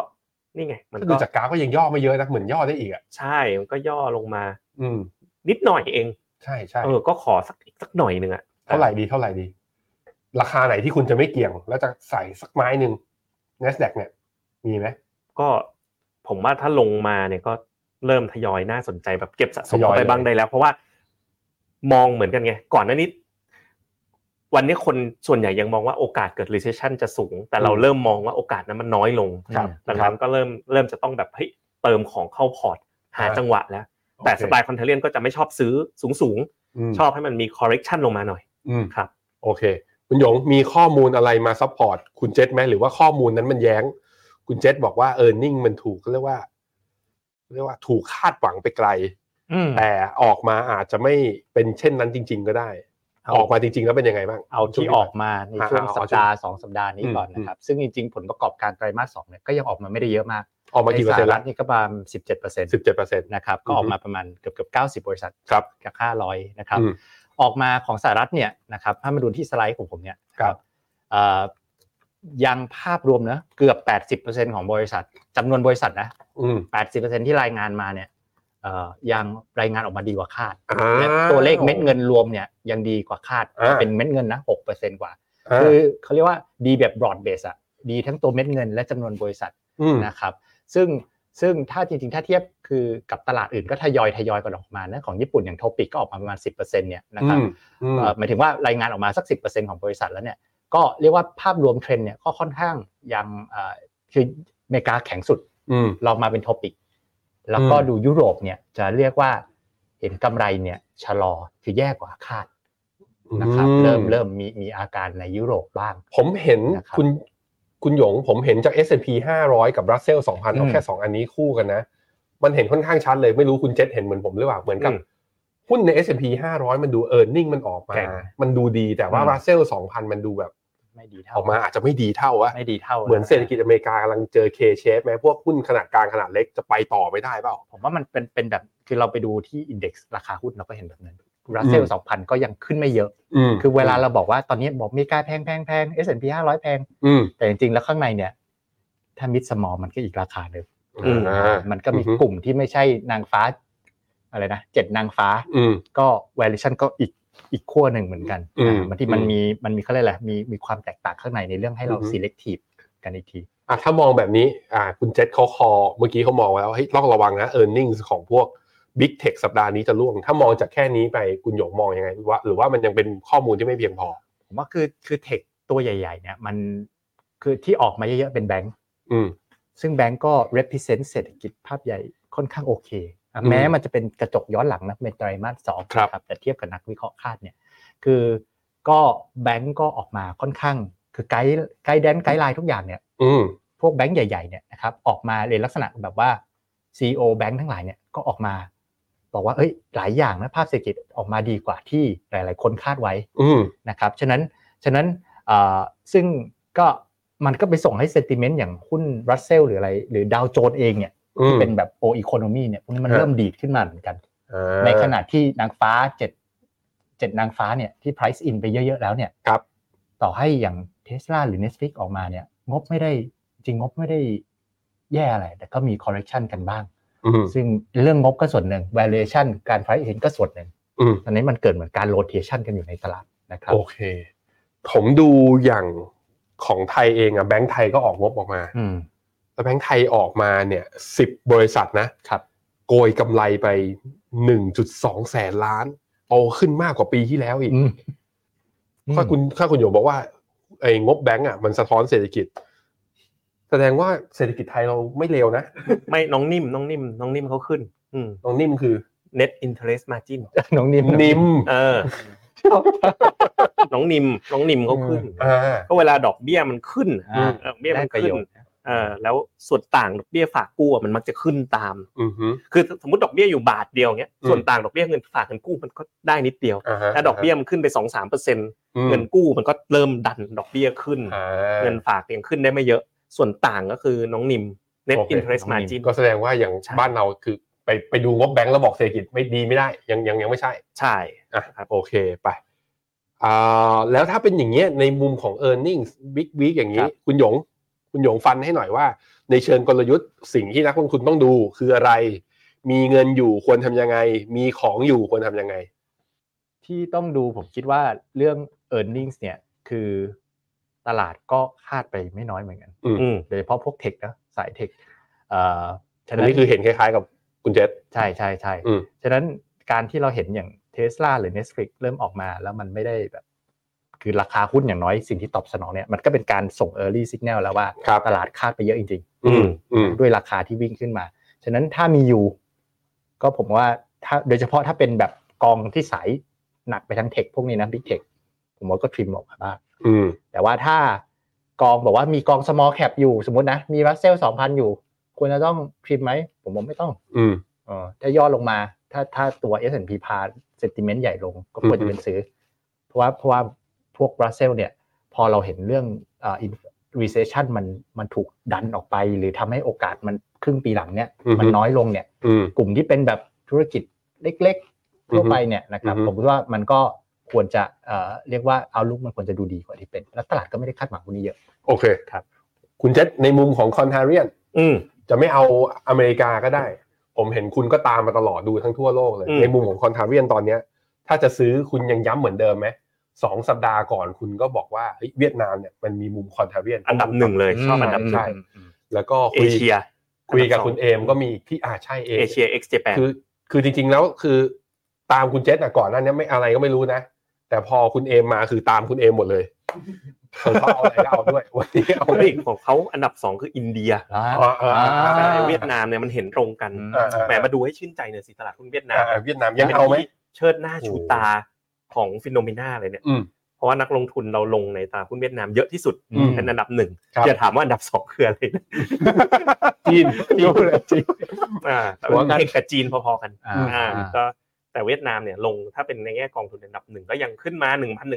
นี่ไง มัน
ถ้าดู
ก็
จากกราฟก็ยังย่อไม่เยอะนะ เหมือนย่อได้อีกอ่ะ
ใช่ มันก็ย่อลงมา
อืม
นิดหน่อยเอง
ใช่ใช่
เออ ก็ขอสักอีกสักหน่อยหนึ่งอ่ะ
เท่าไหร่ดีเท่าไหร่ดี ราคาไหนที่คุณจะไม่เกี่ยง แล้วจะใส่สักไม้หนึ่ง n a s d a q เนี่ย มีไหม
ก็ผมว่าถ้าลงมาเนี่ยก็เริ่มทยอยน่าสนใจแบบเก็บสะสม
ทยอยเล
เข้าไป
ย
บ้างได้แล้ว เพราะว่ามองเหมือนกันไง ก่อนหน้านี้ วันนี้คนส่วนใหญ่ยังมองว่าโอกาสเกิด recession จะสูง แต่เราเริ่มมองว่าโอกาสนั้นมันน้อยลง
ครับ
ดังนั้นก็เริ่มเริ่มจะต้องแบบเฮ้ยเติมของเข้าพอร์ตหา
อ่า
จังหวะแล้ว แต่สไตล์คอนเทเลียนก็จะไม่ชอบซื้อสูงสูง
ม
ๆชอบให้มันมี correction ลงมาหน่อย
อืม
ครับ
โอเค คุณหยงมีข้อมูลอะไรมาซัพพอร์ตคุณเจษไหมหรือว่าข้อมูลนั้นมันแย้ง คุณเจษบอกว่าเออร์เน็งมันถูกเขาเรียกว่าเรียกว่าถูกคาดหวังไปไกล แต่ออกมาอาจจะไม่เป็นเช่นนั้นจริง ๆ ก็ได้
เอา
ออกมาจริง ๆ แล้วเป็นยังไงบ้าง
เอาที่ออกมาในช่วงสัปดาห์สองสัปดาห์นี้
อืม
ก่อนนะครับ ซึ่งจริงๆ ผลประกอบการไตรมาสสองเนี่ยก็ยังออกมาไม่ได้เยอะมาก
ออกมากี่เปอร์เซ็นต์
ในสห
ละ
ฐนี่ก็ประมาณสิบเจ็ดเปอร์เซ็นต์
สิบเจ็ดเปอร์เซ็นต์
นะครับ ก็ออกมาประมาณเกือบเกือบเก้าสิบบริษัท
ครับ
กับค่าร้อยนะครับ
อืม
ออกมาของสหรัฐเนี่ยนะครับถ้ามาดูที่สไลด์ของผมเนี่ยนะครับ เอ่อยังภาพรวมนะเกือบแปดสิบเปอร์เซ็นต์ของบริษัทจำนวนบริษัทนะ
อืม
80%ที่รายงานมาเนี่ยเอ่อยังรายงานออกมาดีกว่าคาด
อ้าว
และตัวเลขเม็ดเงินรวมเนี่ยยังดีกว่าคาด
อ่า
เป็นเม็ดเงินนะ6%กว่า
อ่า
คือเขาเรียกว่าดีแบบ broad base อะดีทั้งตัวเม็ดเงินและจำนวนบริษัท
อืม
นะครับ ซึ่งซึ่งถ้าจริงๆ ถ้าเทียบคือกับตลาดอื่นก็ทยอยทยอยกันออกมานะของญี่ปุ่นอย่างโทปิกก็ออกมาประมาณ 10%เนี่ยนะครับ
อืม
เอ่อหมายถึงว่ารายงานออกมาสัก 10%ของบริษัทแล้วเนี่ยก็เรียกว่าภาพรวมเทรนด์เนี่ยก็ค่อนข้างยังเอ่อคืออเมริกาแข็งสุด
อืม
เรามาเป็นท็อปิก แล้วก็
อืม
ดูยุโรปเนี่ยจะเรียกว่าเห็นกำไรเนี่ยชะลอคือแย่กว่าคาดนะครับเริ่มเริ่มมีมีอาการในยุโรปบ้าง
ผมเห็น
นะครับ
คุณคุณหยงผมเห็นจาก S&P 500 กับ Russell 2,000เอาแค่ 2 อันนี้คู่กันนะ มันเห็นค่อนข้างชัดเลยไม่รู้คุณเจษเห็นเหมือนผมหรือเปล่าเหมือนกับ
อืม
หุ้นใน S&P 500 มันดู e a r n i n g มันออกมา
แข็ง
มันดูดีแต่ว่า
อืม
Russell 2,000 มันดูแบบ
ไม่ดี
อ
เท่า
อกมาอาจจะไม่ดีเท่าวะ
ไม่ดีเท่า
เหมือนเศรษฐกิจอเมริกากำลังเจอ K shape ไหมพวกหุ้นขนาดกลางขนาดเล็กจะไปต่อไม่ได้เปล่า
ผมว่ามันเป็นเป็นแบบคือเราไปดูที่อินเด็กซ์ราคาหุ้นเราก็เห็นแบบนั้นรัสเซลสองพันก็ยังขึ้นไม่เยอะ คือเวลาเราบอกว่าตอนนี้บอกมีการแพงแพงแพง S&P 500 แพง
อืม
แต่จริงๆ แล้วข้างในเนี่ยถ้ามิดสมอมันก็อีกราคาหนึ่ง
อืม
อ่า
มันก็มีกลุ่มที่ไม่ใช่นางฟ้าอะไรนะเจ็ดนางฟ้า
อืม
ก็ valuation ก็อีกอีกขั้วหนึ่งเหมือนกัน
อืม
อ่ามันที่มัน
อืม
มีมันมีเขาเรียกอะไรมีมีความแตกต่างข้างในในเรื่องให้เรา
อือฮึ
selective กันอีกที
อ่ะถ้ามองแบบนี้อ่าคุณเจษเขาคอเมื่อกี้เขามองไว้แล้วเฮ้ยต้องระวังนะ e a r n i n g ของพวก Big Tech สัปดาห์นี้จะล่วง ถ้ามองจากแค่นี้ไปคุณหยงมองยังไงว่าหรือว่ามันยังเป็นข้อมูลที่ไม่เพียงพอ
ผมว่าคือคือเทคตัวใหญ่ ๆ เนี่ยมันคือที่ออกมาเยอะ ๆ เป็นแบงก์
อืม
ซึ่งแบงก์ก็ represent เศรษฐกิจภาพใหญ่ค่อนข้างโอเคอ่ะ
อืม
แม้มันจะเป็นกระจกย้อนหลังนะเป็นไตรมาสสอง
ครับ
นะแต่เทียบกับนักวิเคราะห์คาดเนี่ยคือก็แบงก์ก็ออกมาค่อนข้าง คือไกด์ไกด์แดนไกด์ไลน์ทุกอย่างเนี่ย
อืม
พวกแบงก์ใหญ่ๆเนี่ยนะครับออกมาในลักษณะแบบว่า CEO แบงก์ทั้งหลายเนี่ยก็ออกมา บอกว่าเอ้ยหลายอย่างนะภาพเศรษฐกิจออกมาดีกว่าที่หลายๆ คนคาดไว้
อืม
นะครับฉะนั้นฉะนั้นเอ่อซึ่งก็มันก็ไปส่งให้เซนติเมนต์อย่างหุ้นรัสเซลหรืออะไร หรือดาวโจนเองเนี่ย
อื
ที่
ม
เป็นแบบโออีโคโนมีเนี่ยพวกนี้มัน
ฮะ
เริ่มดีดขึ้นมาเหมือนกัน
อ่า
ในขณะที่นางฟ้าเจ็ดเจ็ดนางฟ้าเนี่ยที่ price in ไปเยอะ ๆ แล้วเนี่ย
ครับ
ต่อให้อย่างเทสลาหรือ Netflix ออกมาเนี่ย งบไม่ได้จริงงบไม่ได้แย่อะไร แต่ก็มี correction กันบ้าง
อืม
ซึ่งเรื่องงบก็ส่วนหนึ่ง valuation การ price in ก็ส่วนหนึ่ง
อืม
ตอนนี้มันเกิดเหมือนการ rotation กันอยู่ในตลาดนะครับ
โอเค ผมดูอย่างของไทยเองอะแบงก์ไทยก็ออกงบออกมา
อืม
แล้วแบงก์ไทยออกมาเนี่ยสิบบริษัทนะครับ โกยกำไรไปหนึ่งจุดสองแสนล้านโตขึ้นมากกว่าปีที่แล้วอีก
อืม
ถ้าคุณถ้าคุณโยมบอกว่า ไอ้งบแบงก์อ่ะมันสะท้อนเศรษฐกิจ แสดงว่าเศรษฐกิจไทยเราไม่เลวนะ
ไม่น้องนิ่มน้องนิ่มน้องนิ่มเขาขึ้น อืม
น้องนิ่มคือ
net interest margin
น้องนิ่ม
นิ่ม
เออ น้องนิม น้องนิมเขาขึ้น
อ่า
ก็เวลาดอกเบี้ยมันขึ้น
อ่า
ดอกเบี้ยมัน
ได้ประ
ขึ้
โย
น
ชน์
เออแล้วส่วนต่างดอกเบี้ยฝากกู้อะมันมักจะขึ้นตาม
อือฮึ
คือสมมติดอกเบี้ยอยู่บาทเดียวเงี้ย
อืม
ส่วนต่างดอกเบี้ยเงินฝากเงินกู้มันก็ได้นิดเดียว
อ่าฮะ
ถ้าดอกเบี้ยมันขึ้นไปสองสามเปอร์เซ็น
อืม
เงินกู้มันก็เริ่มดันดอกเบี้ยขึ้น
อ่า
เงินฝากยังขึ้นได้ไม่เยอะ ส่วนต่างก็คือน้องนิม net
โอเค
interest
น้องนิม
margin
ก็แสดงว่าอย่าง
ใช่
บ้านเราคือไปไปดูงบแบงก์แล้วบอกเศรษฐกิจไม่ดีไม่ได้ ยังยังยังไม่ใช่
ใช่
อ่ะโอเคไปอ่าแล้วถ้าเป็นอย่างเงี้ยในมุมของ e a r n i n g ็ Big Week อย่างนี้ คุณหยง คุณหยงฟันให้หน่อยว่า ในเชิงกลยุทธ์สิ่งที่นักลงทุนต้องดูคืออะไร มีเงินอยู่ควรทำยังไง มีของอยู่ควรทำยังไง
ที่ต้องดูผมคิดว่าเรื่อง e a r n i n g ็เนี่ยคือตลาดก็คาดไปไม่น้อยเหมือนกัน
อืม
โดยเฉพาะพวกเทคนะสายเทคเอ่อฉะ
อัน
นั้น
นี้คือเห็นคล้ายๆกับคุณเจษ
ใช่ใช่ใช่
อืม
ฉะนั้นการที่เราเห็นอย่างเทสลาหรือ Netflix เริ่มออกมาแล้วมันไม่ได้แบบ คือราคาหุ้นอย่างน้อยสิ่งที่ตอบสนองเนี่ยมันก็เป็นการส่ง Early Signal แล้วว่า
ครับ
ตลาดคาดไปเยอะจริง ๆ
อืมอืม
ด้วยราคาที่วิ่งขึ้นมา ฉะนั้นถ้ามีอยู่ ก็ผมว่าถ้าโดยเฉพาะถ้าเป็นแบบกองที่สายหนักไปทั้งเทคพวกนี้นะบิ๊กเทคผมว่าก็ทริมออกมาบ้าง
อืม
แต่ว่าถ้ากองแบบว่ามีกอง small cap อยู่สมมตินะ มีรัสเซลสองพันอยู่ ควรจะต้องทริมไหม ผมว่าไม่ต้อง
อืม
เออถ้าย่อลงมา ถ้าถ้าตัว S&P พา sentiment ใหญ่ลง ก็ควรจะเป็นซื้อ เพราะว่าเพราะว่าพวกรัสเซลเนี่ย พอเราเห็นเรื่องอ่า recession มันมันถูกดันออกไป หรือทำให้โอกาสมันครึ่งปีหลังเนี่ย
อือฮึ
มันน้อยลงเนี่ย
อืม
กลุ่มที่เป็นแบบธุรกิจเล็กๆทั่วไปเนี่ยนะครับ
อือฮึ
ผมคิดว่ามันก็ควรจะเอ่อเรียกว่าเอาลุกมันควรจะดูดีกว่าที่เป็น แล้วตลาดก็ไม่ได้คาดหวังพวกนี้เยอะ
โอเค
ครับ
คุณเจษในมุมของคอนเทเรียน
อืม
จะไม่เอาอเมริกาก็ได้ ผมเห็นคุณก็ตามมาตลอดดูทั้งทั่วโลกเลย
อืม
ในมุมของคอนทาเวียนตอนเนี้ย ถ้าจะซื้อคุณยังย้ำเหมือนเดิมไหมสองสัปดาห์ก่อนคุณก็บอกว่าเฮ้ยเวียดนามเนี่ยมันมีมุมคอนทาเวียน
อันดับหนึ่งเลยชอบอันดับหนึ่ง
ใช่แล้วก็
เอ
คุย
เชีย
คุยกับคุณ
อันดัสง
เอมก็มีอีกที่อ่าใช่เอ
เอเชีย x Japan
คือคือจริงๆแล้วคือตามคุณเจษน่ะก่อนหนั้นเนี่ยไม่อะไรก็ไม่รู้นะ แต่พอคุณเอมมาคือตามคุณเอมหม ดเลยเขาชอบเอาอะไรก็เอาด้วยวันนี้เอาอะไร
เฮ้ยของเขาอันดับสองคืออินเดีย
อ๋ออ่าอ่า
อ่
แต่
อ่า
เวียดนามเนี่ยมันเห็นตรงกัน
อืม
อ่าอ่า
แหมมาดูให้ชื่นใจเนี่อยสิตลาดหุ้นเวียดนาม
อ่าเวียดนามยังเอาไหม
เชิดหน้าชูตาของฟิโนเมนาเลยเนี่ย
อืม
เพราะว่านักลงทุนเราลงในตลาดหุ้นเวียดนามเยอะที่สุด
อืม
เป็นอันดับหนึ่ง
ครับ
อย่าถามว่าอันดับสองคืออะไร นะ
จีนยูเลยจีน
อ่าแต่
ว่า
ว่า
กัน
เทคกับจีนพอๆกัน
อ่า
อ่าก็แต่เวียดนามเนี่ยลงถ้าเป็นในแง่กองทุนอันดับหนึ่งก็ยังขึ้นมา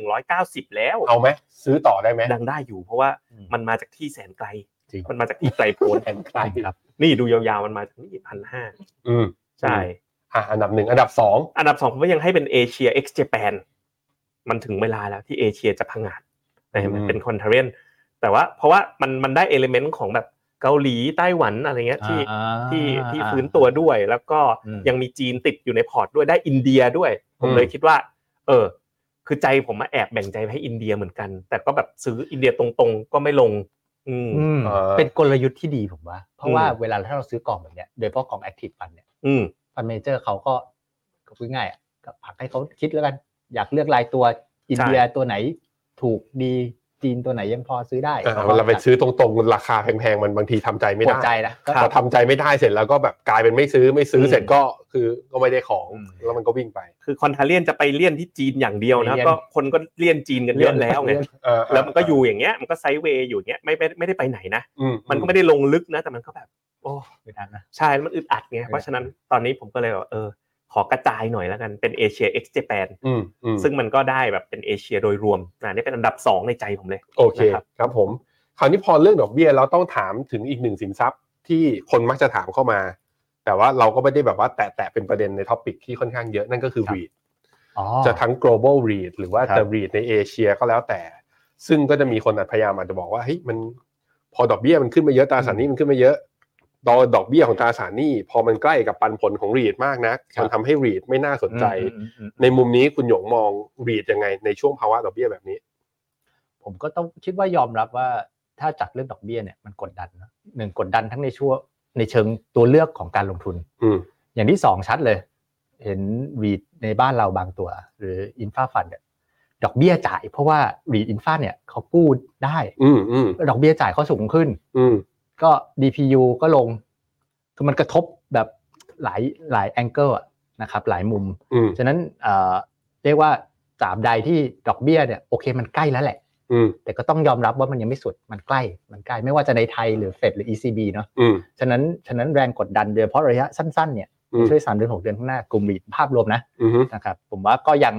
1,190 แล้ว
เอาไหมซื้อต่อได้ไหม
ดังได้อยู่เพราะว่า
อืม
มันมาจากที่แสนไกล
จริง
มันมาจากที่ไกลโพ้น
แสนไกล
ครับ
นี่ดูยาวๆมันมาจากนี่พันห้า
อืม
ใช่
อ่ะอันดับหนึ่งอันดับสอง
อันดับสองผมก็ยังให้เป็นเอเชีย x Japan มันถึงเวลาแล้วที่เอเชียจะพังงาดนะฮะมันเป็นคอนเทเรนแต่ว่าเพราะว่ามันมันได้เอลิเมนต์ของแบบเกาหลีไต้หวันอะไรเงี้ยที่
อ่า
ที่ที่ฟื้นตัวด้วย แล้วก็
อืม
ยังมีจีนติดอยู่ในพอร์ตด้วยได้อินเดียด้วย ผมเลยคิดว่า เออ คือใจผมมาแอบแบ่งใจไปให้อินเดียเหมือนกัน แต่ก็แบบซื้ออินเดียตรงๆ ก็ไม่ลง อืม
อืม
เอ่อ
เป็นกลยุทธ์ที่ดีผมว่า เพ
อื
ราะ
ม
ว่าเวลาถ้าเราซื้อกองแบบเนี้ยโดยเฉพาะกองแอคทีฟฟันเนี่ย
อืม
ฟันเมเจอร์เขาก็ก็พูดง่ายอะก็ผลักให้เขาคิดแล้วกัน อยากเลือกรายตัวอินเดียตัวไหนถูกดีจีนตัวไหนยังพอซื้อได้
อ่ะเวลาไปซื้อตรงๆ ราคาแพงๆ มันบางทีทำใจไม่
ปว
ได้
ดใจนะก็
พอทำใจไม่ได้เสร็จแล้วก็แบบกลายเป็นไม่ซื้อไม่ซื้อ
อืม
เสร็จก็คือก็ไม่ได้ของ
อืม
แล้วมันก็วิ่งไป
คือคอนเทเลียนจะไปเลี่ยนที่จีนอย่างเดียวนะ
ไปเลี่ยน
ก็คนก็เลี่ยนจีนกันเยอะแล้วไง
เออ
แล้วมันก็อยู่อย่างเงี้ยมันก็ไซด์เวย์อยู่อย่างเงี้ยไม่ไม่ไม่ได้ไปไหนนะ
อื
มันก็ไม่ได้ลงลึกนะ แต่มันก็แบบ โอ้
ไม่ทันนะ
ใช่แล้วมันอึดอัดไงเพราะฉะนั้นตอนนี้ผมก็เลยแบบเออ ขอกระจายหน่อยแล้วกันเป็นเอเชียเอ็กซ์เจแปน
อืมอืม
ซึ่งมันก็ได้แบบเป็นเอเชียโดยรวมนะนี่เป็นอันดับสองในใจผมเลย
โอเค
นะครับ
ครับผม คราวนี้พอเรื่องดอกเบี้ยเราต้องถามถึงอีกหนึ่งสินทรัพย์ที่คนมักจะถามเข้ามา แต่ว่าเราก็ไม่ได้แบบว่าแตะแตะเป็นประเด็นในท็อปิกที่ค่อนข้างเยอะนั่นก็คือ REIT
อ๋อ
จะทั้ง global read หรือว่า
ครับ
จะ read ในเอเชียก็แล้วแต่ ซึ่งก็จะมีคนพยายามอาจจะบอกว่าเฮ้ยมันพอดอกเบี้ยมันขึ้นมาเยอะตราสารหนี้มันขึ้นมาเยอะดอกดอกเบี้ยของตราสารหนี้พอมันใกล้กับปันผลของ read มากนะมันทำให้ read ไม่น่าสนใจ
อืมอืมอืม
ในมุมนี้คุณหยงมอง read ยังไงในช่วงภาวะดอกเบี้ยแบบนี้
ผมก็ต้องคิดว่ายอมรับว่าถ้าจากเรื่องดอกเบี้ยเนี่ยมันกดดันนะหนึ่งกดดันทั้งในช่วงในเชิงตัวเลือกของการลงทุน
อืม
อย่างที่สองชัดเลย เห็นวีดในบ้านเราบางตัว หรืออินฟาฟันเนี่ย ดอกเบี้ยจ่าย เพราะว่ารีดอินฟาเนี่ยเขากู้ได้
อืมอืม
ดอกเบี้ยจ่ายเขาสูงขึ้น
อืม
ก็ DPU ก็ลง คือมันกระทบแบบหลายหลายแองเกิลนะครับ หลายมุม
อืม
ฉะนั้นเอ่อเรียกว่าตราบใดที่ดอกเบี้ยเนี่ยโอเคมันใกล้แล้วแหละ
อืม
แต่ก็ต้องยอมรับว่ามันยังไม่สุด มันใกล้ มันใกล้ ไม่ว่าจะในไทยหรือเฟดหรือ ECB เนาะ
อืม
ฉะนั้น ฉะนั้นแรงกดดันโดยเฉพาะระยะสั้นๆ เนี่ย
อืม
ช่วยสามเดือนหกเดือนข้างหน้ากลุ่มรีดภาพรวมนะ
อืม
นะครับผมว่าก็ยัง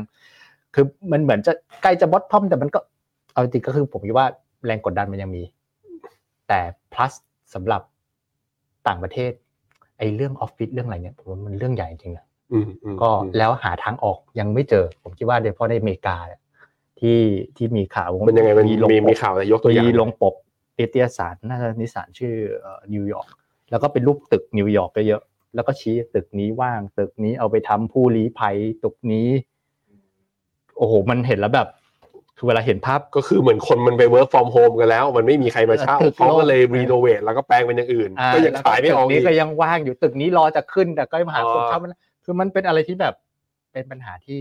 คือมันเหมือนจะใกล้จะบอททอมแต่มันก็เอาจริงก็คือผมคิดว่าแรงกดดันมันยังมี แต่ plus สำหรับต่างประเทศไอ้เรื่องออฟฟิศเรื่องอะไรเนี่ยผมว่ามันเรื่องใหญ่จริงนะ
อืมอืม
ก็แล้วหาทางออกยังไม่เจอ ผมคิดว่าโดยเฉพาะในอเมริกาเนี่ยที่ที่มีข่าวว่า
มันยังไงมัน
ลง
มี
ปก
มีข่าวนายกตัวอย่าง
มีลงปกนิตยสารน่าจะนิสารชื่อนิวยอร์กแล้วก็เป็นรูปตึกนิวยอร์กเยอะๆแล้วก็ชี้ตึกนี้ว่างตึกนี้เอาไปทำผู้ลี้ภัยตึกนี้ โอ้โห มันเห็นแล้วแบบ คือเวลาเห็นภาพ
ก็คือเหมือนคนมันไป work from home กันแล้ว มันไม่มีใครมาเช่า
ตึก
เขาก็เลย
โล่ง
รีโนเวทแล้วก็แปลงเป็นอย่างอื่น
อ่า
ก็ยังขายไม่ออก
ตึก
อี
นี้
ก
ก็ยังว่างอยู่ตึกนี้รอจะขึ้น แต่ก็มาหา
อ๋อ
คนเช่ามันคือมันเป็นอะไรที่แบบเป็นปัญหาที่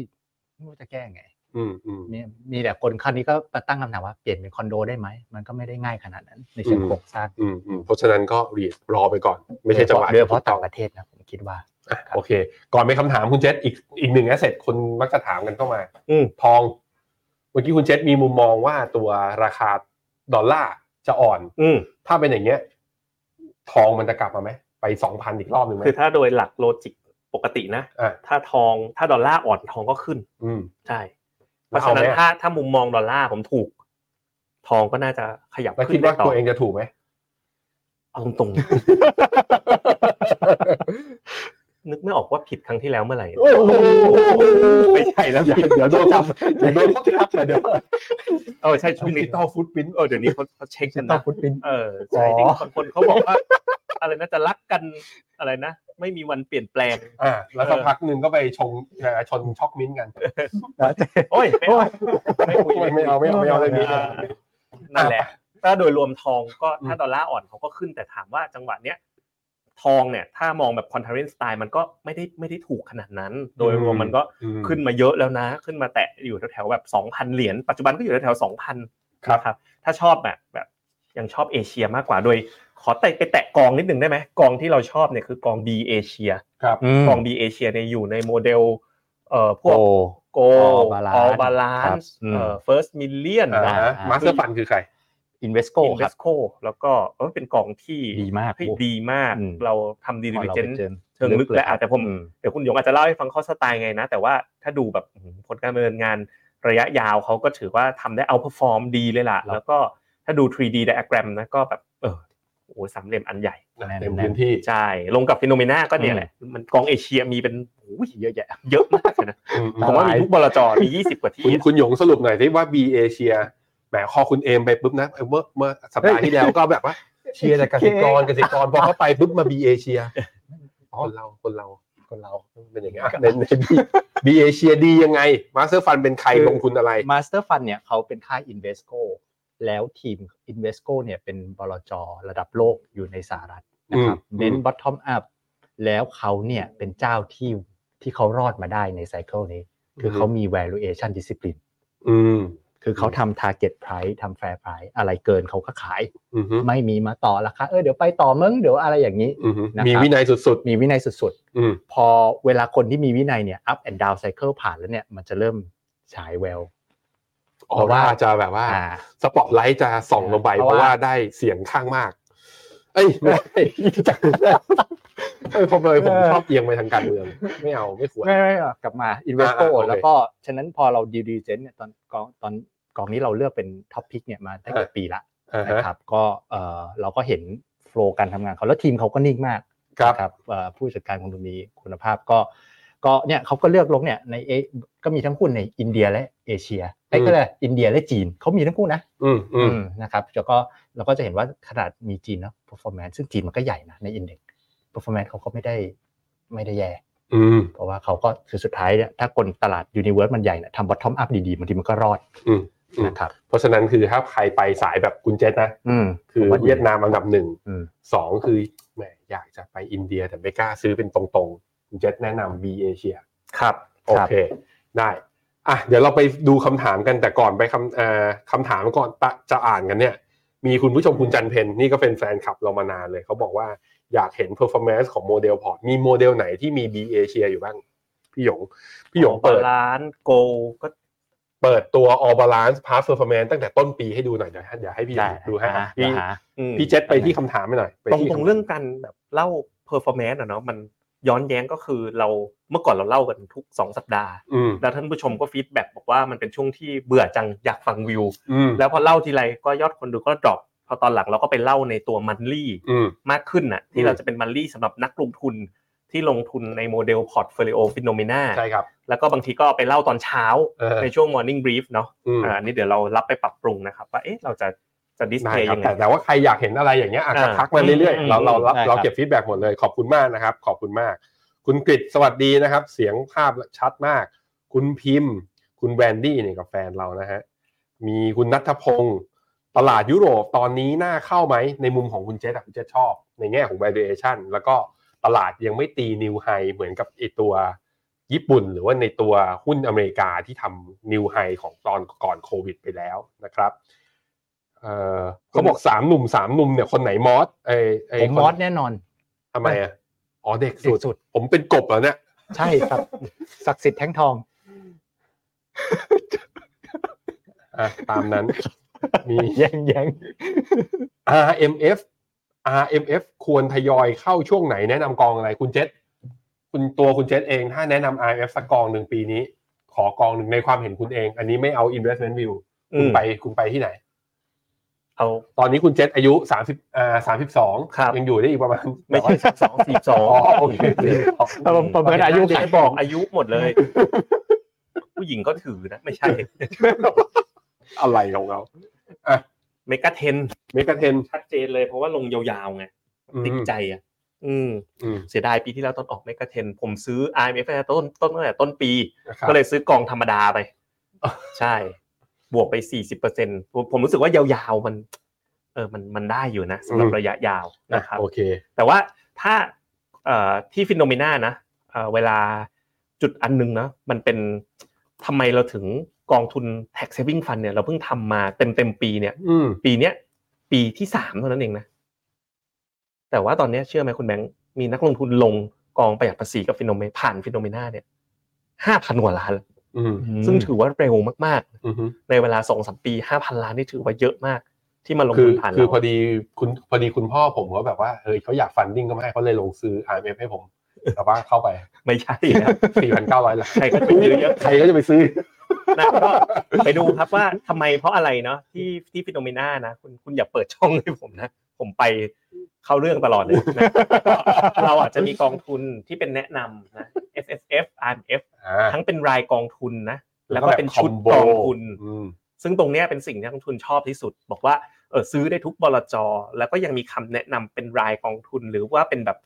ไม่รู้จะแก้ยังไง
อืมอืม
มีมีแต่คนคันนี้ก็มาตั้งคำถามว่าเปลี่ยนเป็นคอนโดได้ไหม มันก็ไม่ได้ง่ายขนาดนั้น ในเชิง
อืม
โครงสร้าง
อืมอืมเพราะฉะนั้นก็รีดรอไปก่อน ไม่ใช่จังหวะ
โดยเฉพาะต่างประเทศนะผมคิดว่า
อ่ะโอเค ก่อนไปคำถามคุณเจษอีกอีกหนึ่งแอสเซทคนมักจะถามกันเข้ามา
อืม
ทอง เมื่อกี้คุณเจษมีมุมมองว่าตัวราคาดอลลาร์จะอ่อน
อืม
ถ้าเป็นอย่างเงี้ย ทองมันจะกลับมาไหมไปสองพันอีกรอบหนึ่งไหม
คือถ้าโดยหลักโลจิกปกตินะ
อ่ะ
ถ้าทองถ้าดอลลาร์อ่อนทองก็ขึ้น
อืม
ใช่ เพ
แล้ว
ราะ
เอา
ฉะนั้น
ไหม
ถ้าถ้ามุมมองดอลลาร์ผมถูก ทองก็น่าจะขยับ
แล้ว
ขึ้
คิด
น
ว่า
ได้ต่อ
ตัวเองจะถูกไหม
เอาตรงๆ นึกไม่ออกว่าผิดครั้งที่แล้วเมื่อไหร่
โอ้โห
ไม่ใช่แล้ว
อย่า
เดี๋
เดี๋
ย
ยว ว
โด
โด
น
น
จั
จั
บ
บเดี๋ยวโดนเขาจับเดี๋ยว
เออใช่ช่วง
ดิ
นี้
จิตอลฟุตพิ้น
เออเดี๋ยวนี้เขาเขาเช็คกัน
ต่อ
นะ
ฟุตบิน
เออใช่
อ๋อ
ที่คนคนเขาบอกว่า อะไรนะจะรักกันอะไรนะ ไม่มีวันเปลี่ยนแปลง
อ่าแล้วสักพักหนึ่งก็ไปชงอ่าชนช็อกมิ้นท์กัน
โอ้ยไม่เอาไม่คุย
ไม่เอาไม่เอาไม่เอาเลยพี่
อ่านั่นแหละ ถ้าโดยรวมทองก็
อืม
ถ้าดอลลาร์อ่อนเขาก็ขึ้นแต่ถามว่าจังหวะเนี้ยทองเนี่ย ถ้ามองแบบคอนเทนต์สไตล์มันก็ไม่ได้ไม่ได้ถูกขนาดนั้น โดยรวมมันก็
อืม
ขึ้นมาเยอะแล้วนะ ขึ้นมาแตะอยู่แถวๆแบบสองพันเหรียญปัจจุบันก็อยู่แถวๆสองพันครับ ถ้าชอบแบบแบบยังชอบเอเชียมากกว่าโดย ขอแตะไปแตะกองนิดหนึ่งได้ไหมกองที่เราชอบเนี่ยคือกอง B เอเชีย
ครับ
กอง B เอเชียเนี่ยอยู่ในโมเดลเอ่อพว
โอ้
ก โก
All
บา
Balance
ลา
ครั
น
บ
ซ์
อืม
เอ่อ first million
อ่า
นะ
ฮะมาสเตอร์ฟันคือใคร
อินเวสโก
อินเว
ครับ
สโคแล้วก็เออเป็นกองที่
ดีมาก
เฮ้ย
โอ้
ดีมาก
อืม
เราทำดี
พอ
ลิ
รา
เจน
ไป
ต์
จอ
เชิงลึกและ
ครับ
อาจจะผม
อื
เดี๋ยวคุณหยงอาจจะเล่าให้ฟังข้อสไตล์ไงนะ แต่ว่าถ้าดูแบบอืมผลการดำเนินงานระยะยาวเขาก็ถือว่าทำได้เอาพ r ฟอร์มดีเลยล่ะ
ครับ
แล้วก็ถ้าดู 3D diagram นะก็แบบ เออโอ้โหสามเหลี่ยมอันใหญ่
แน่น
เต็มพื้นที่
ใช่ ลงกับฟิโนเมนาก็เนี่ยแหละ มันกองเอเชียมีเป็นโอ้ยเยอะแยะเยอะมากเลยนะ
อืมอืม
ผมว่ามีทุกบลจมี 20 กว่า
คุณ
ที่
คุณหยงสรุปหน่อยที่ว่า B เอเชียแหมคอคุณเอมไปปุ๊บนะเมื่อเมื่อสัปดาห์ที่แล้วก็แบบว่า เชียร์แต่กสิกรกสิกรพอเข้าไปปุ๊บมา B เอเชียคนเราคนเราคนเราเป็นอย่างเงี้ยในใน B เอเชียดียังไงมาสเตอร์ฟันเป็นใคร
คือ
ลงทุนอะไร
มาสเตอร์ฟันเนี่ยเขาเป็นค่าย Invesco แล้วทีม Invesco เนี่ยเป็นบลจระดับโลกอยู่ในสหรัฐนะครับ
อืม
เน้น
อืม
bottom up แล้วเขาเนี่ยเป็นเจ้าที่ที่เขารอดมาได้ในไซเคิลนี้ คือเขามี valuation discipline
อืม
คือเขาทำ target price ทำ fair price อะไรเกินเขาก็ขาย
อือฮึ
ไม่มีมาต่อราคาเออเดี๋ยวไปต่อมึงเดี๋ยวอะไรอย่างนี้
อือฮึ
นะครับ
มีวินัยสุด
มีวินัยสุด
ๆ อืม
ๆ พอเวลาคนที่มีวินัยเนี่ย up and down cycle ผ่านแล้วเนี่ยมันจะเริ่มฉายแวว
เพราะว่าจะแบบว่า
อ่า
สปอตไลท์จะส่องลงไป
เพ
เพ
ราะว่า
ราะว่าได้เสียงข้างมาก เอ้ยไม่ใช่ เอ้ยผมเลยผมชอบเอียงไปทางการเมือง ไม่เอาไม่ควร
ไม่ไม่ไม่กลับมา Invesco
อ่าอ่าโอเค
แล้วก็ฉะนั้นพอเราดีดีเจนเนี่ยตอนกองตอนกองนี้เราเลือกเป็นท็อปพิกเนี่ยมาตั้งแต่
อ่า
ปีละ
อ่า
นะ
ฮะ
ครับก็เออเราก็เห็นโฟล์การทำงานเขาแล้วทีมเขาก็นิ่งมาก
ครับ
นะครับเอ่อผู้จัดการของดูมีคุณภาพก็ก็เนี่ยเขาก็เลือกลงเนี่ยในเอก็มีทั้งหุ้นในอินเดียและเอเชียไอ้ย
อืม
ก็เลยอินเดียและจีนเขามีทั้งคู่นะ
อืมอืม
อืมนะครับแล้วก็เราก็จะเห็นว่าขนาดมีจีนเนาะ performance ซึ่งจีนมันก็ใหญ่นะในอินเด็ก performance เขาก็ไม่ได้ไม่ได้แย่
อืม
เพราะว่าเขาก็คือสุดท้ายเนี่ยถ้ากลตลาดยูนิเวิร์สมันใหญ่เนี่ยทำบอททอมอัพดีๆบางทีมันก็รอด
อืมอืม
นะครับ
เพราะฉะนั้นคือถ้าใครไปสายแบบกุญเจตนะ
อืม
คือ
ผมว่าดี
เวียดนามอันดับหนึ่ง
อืม
สองคือแหมอยากจะไปอินเดียแต่ไม่กล้าซื้อเป็นตรงๆกุณเจตแนะนำ B เอเชีย
ครับ
โอเค ได้ อ่ะเดี๋ยวเราไปดูคำถามกันแต่ก่อนไปคำเอ่อคำถามก่อนปะจะอ่านกันเนี่ย มีคุณผู้ชมคุณจันเพนนี่ก็เป็นแฟนคลับเรามานานเลยเขาบอกว่าอยากเห็น performance ของโมเดลพอร์ตมีโมเดลไหนที่มี B เอเชียอยู่บ้าง พี่หยง พี่หยงเปิด
ร้านโกก็
เปิดตัว All Balance Past Performance ตั้งแต่ต้นปีให้ดูหน่อยเดี๋ยวให้เดี๋ยวให้พี่หยงดูให้อ่ะพี่
อืม
พี่เจษไปที่คำถามไปหน่อยไป
ตรง
ที่
ตรงเรื่องการแบบเล่าเพอร์ฟอร์แมนซ์อะเนาะมันย้อนแย้งก็คือเราเมื่อก่อนเราเล่ากันทุกสองสัปดาห์
อืม
แล้วท่านผู้ชมก็ฟีดแบ็กบอกว่ามันเป็นช่วงที่เบื่อจังอยากฟังวิว
อืม
แล้วพอเล่าทีไรก็ยอดคนดูก็ดรอปพอตอนหลังเราก็ไปเล่าในตัวมันลี่
อืม
มากขึ้นน่ะที่
อืม
เราจะเป็นมันลี่สำหรับนักลงทุนที่ลงทุนในโมเดลพอร์ตเฟลิโอฟิโนเมนา
ใช่ครับ
แล้วก็บางทีก็เอาไปเล่าตอนเช้า
เออ
ในช่วงมอร์นิ่งบรีฟเนาะ
อืม
อ่าอันนี้เดี๋ยวเรารับไปปรับปรุงนะครับว่าเอ๊ะเราจะจะดิส
ได้
เพย์
ครับ
ยังไง
แต่แต่ว่าใครอยากเห็นอะไรอย่างเงี้ยอ่ะ
อ่า
ทักมาเรื่อย
อื
ๆ
ม
เราเรารับ
ได้ครับ
เราเก็บฟีดแบ็กหมดเลยขอบคุณมากนะครับ ขอบคุณมาก คุณกริตสวัสดีนะครับ เสียงภาพชัดมาก คุณพิมพ์ คุณแวนดี้เนี่ยกับแฟนเรานะฮะมีคุณนัทพงศ์ตลาดยุโรปตอนนี้น่าเข้าไหมในมุมของคุณเจษอะคุณเจษชอบ ในแง่ของ valuation แล้วก็ตลาดยังไม่ตีนิวไฮเหมือนกับไอตัวญี่ปุ่น หรือว่าในตัวหุ้นอเมริกาที่ทำนิวไฮของตอนก่อนโควิดไปแล้วนะครับเอ่อเขาบอกสามหนุ่มสามหนุ่มเนี่ยคนไหนมอสไอไอ
ผม
คน
มอสแน่นอน
ทำไมอ่ะอ๋อเด็ก
สุ
สุ
ด
ด
สุด
ผมเป็นกบเหรอเนี่ย
ใช่ครับ ศักดิ์สิทธิ์แท่งทอง
อ่ะตาม นั้น มี
แย่ง แย่ง
RMF RMF ควรทยอยเข้าช่วงไหนแนะนำกองอะไร คุณเจษคุณตัวคุณเจษเองถ้าแนะนำ RMF สักกองหนึ่งปีนี้ ขอกองหนึ่งในความเห็นคุณเอง อันนี้ไม่เอา investment view คุณไปคุณไปที่ไหน
เอา
ตอนนี้คุณเจษอายุ30อ่า
ครับ
32ยังอยู่ได้อีกประมาณ
ไม่ใช่สองสี่ส
อ๋
อ
อง โอเค
ประเมินอายุขายบอก
อายุหมดเลย ผู้หญิงก็ถือนะ ไม่ใช่
อะไรของเราอ่ะ
เมกะเทน
เมกะเทน
ชัดเจนเลยเพราะว่าลงยาวๆไง
อืม
ติดใจอ่ะ อืม
อืม
เสียดายปีที่แล้วตอนออกเมกะเทน ผมซื้อ i m f ต้นต้นตั้งแต่ต้นปี
นะครับ
ก็เลยซื้อกองธรรมดาไป ใช่ บวกไปสี่สิบเปอร์เซ็นผมผมรู้สึกว่ายาวๆมัน เออมันมันได้อยู่นะสำหรับ
อืม
ระยะยาว
อ่ะ
นะครับ
โอเค
แต่ว่าถ้าเอ่อที่ฟิโนเมนานะเอ่อเวลาจุดอันหนึงนะมันเป็นทำไมเราถึงกองทุน tax saving fund เนี่ยเราเพิ่งทำมาเต็มเต็มๆปีเนี่ย
อืม
ปีเนี้ยปีที่สามเท่านั้นเองนะ แต่ว่าตอนเนี้ยเชื่อไหมคุณแบงค์มีนักลงทุนลงกองประหยัดภาษีกับฟิโนเมผ่านฟิโนเมนาเนี่ยห้าพันกว่าล้านแล้ว
อืม
ซึ่งถือว่าเร็วมาก
อือฮึ
ๆ ในเวลาสองสามปีห้าพันล้านนี่ถือว่าเยอะมาก ที่มาลง
คื
ทุ
อน
ผ่าน
คือ
เรา
พอดีคุณพอดีคุณพ่อผมเขาแบบว่าเฮ้ยเขาอยากฟันดิ้งก็ไม่ให้เขาเลยลงซื้อ RMF ให้ผม แต่ว่าเข้าไป
ไม่ใช่นะ
4,900ล้าน
ใครก็จะไปซื้อเยอะ
ใครก็จะไปซื้อ
นะก็ไปดูครับว่าทำไมเพราะอะไรเนาะที่ที่ฟิโนเมนานะคุณคุณอย่าเปิดช่องให้ผมนะ ผมไปเข้าเรื่องตลอดเลยนะเราอาจจะมีกองทุนที่เป็นแนะนำนะ S S F R M F
อ่า
ทั้งเป็นรายกองทุนนะ แล้วก็
บบ
เป็นชุด
combo
กองทุน
อืม
ซึ่งตรงเนี้ยเป็นสิ่งที่นักลงทุนชอบที่สุด บอกว่าเออซื้อได้ทุกบลจแล้วก็ยังมีคำแนะนำเป็นรายกองทุน หรือว่าเป็นแบบ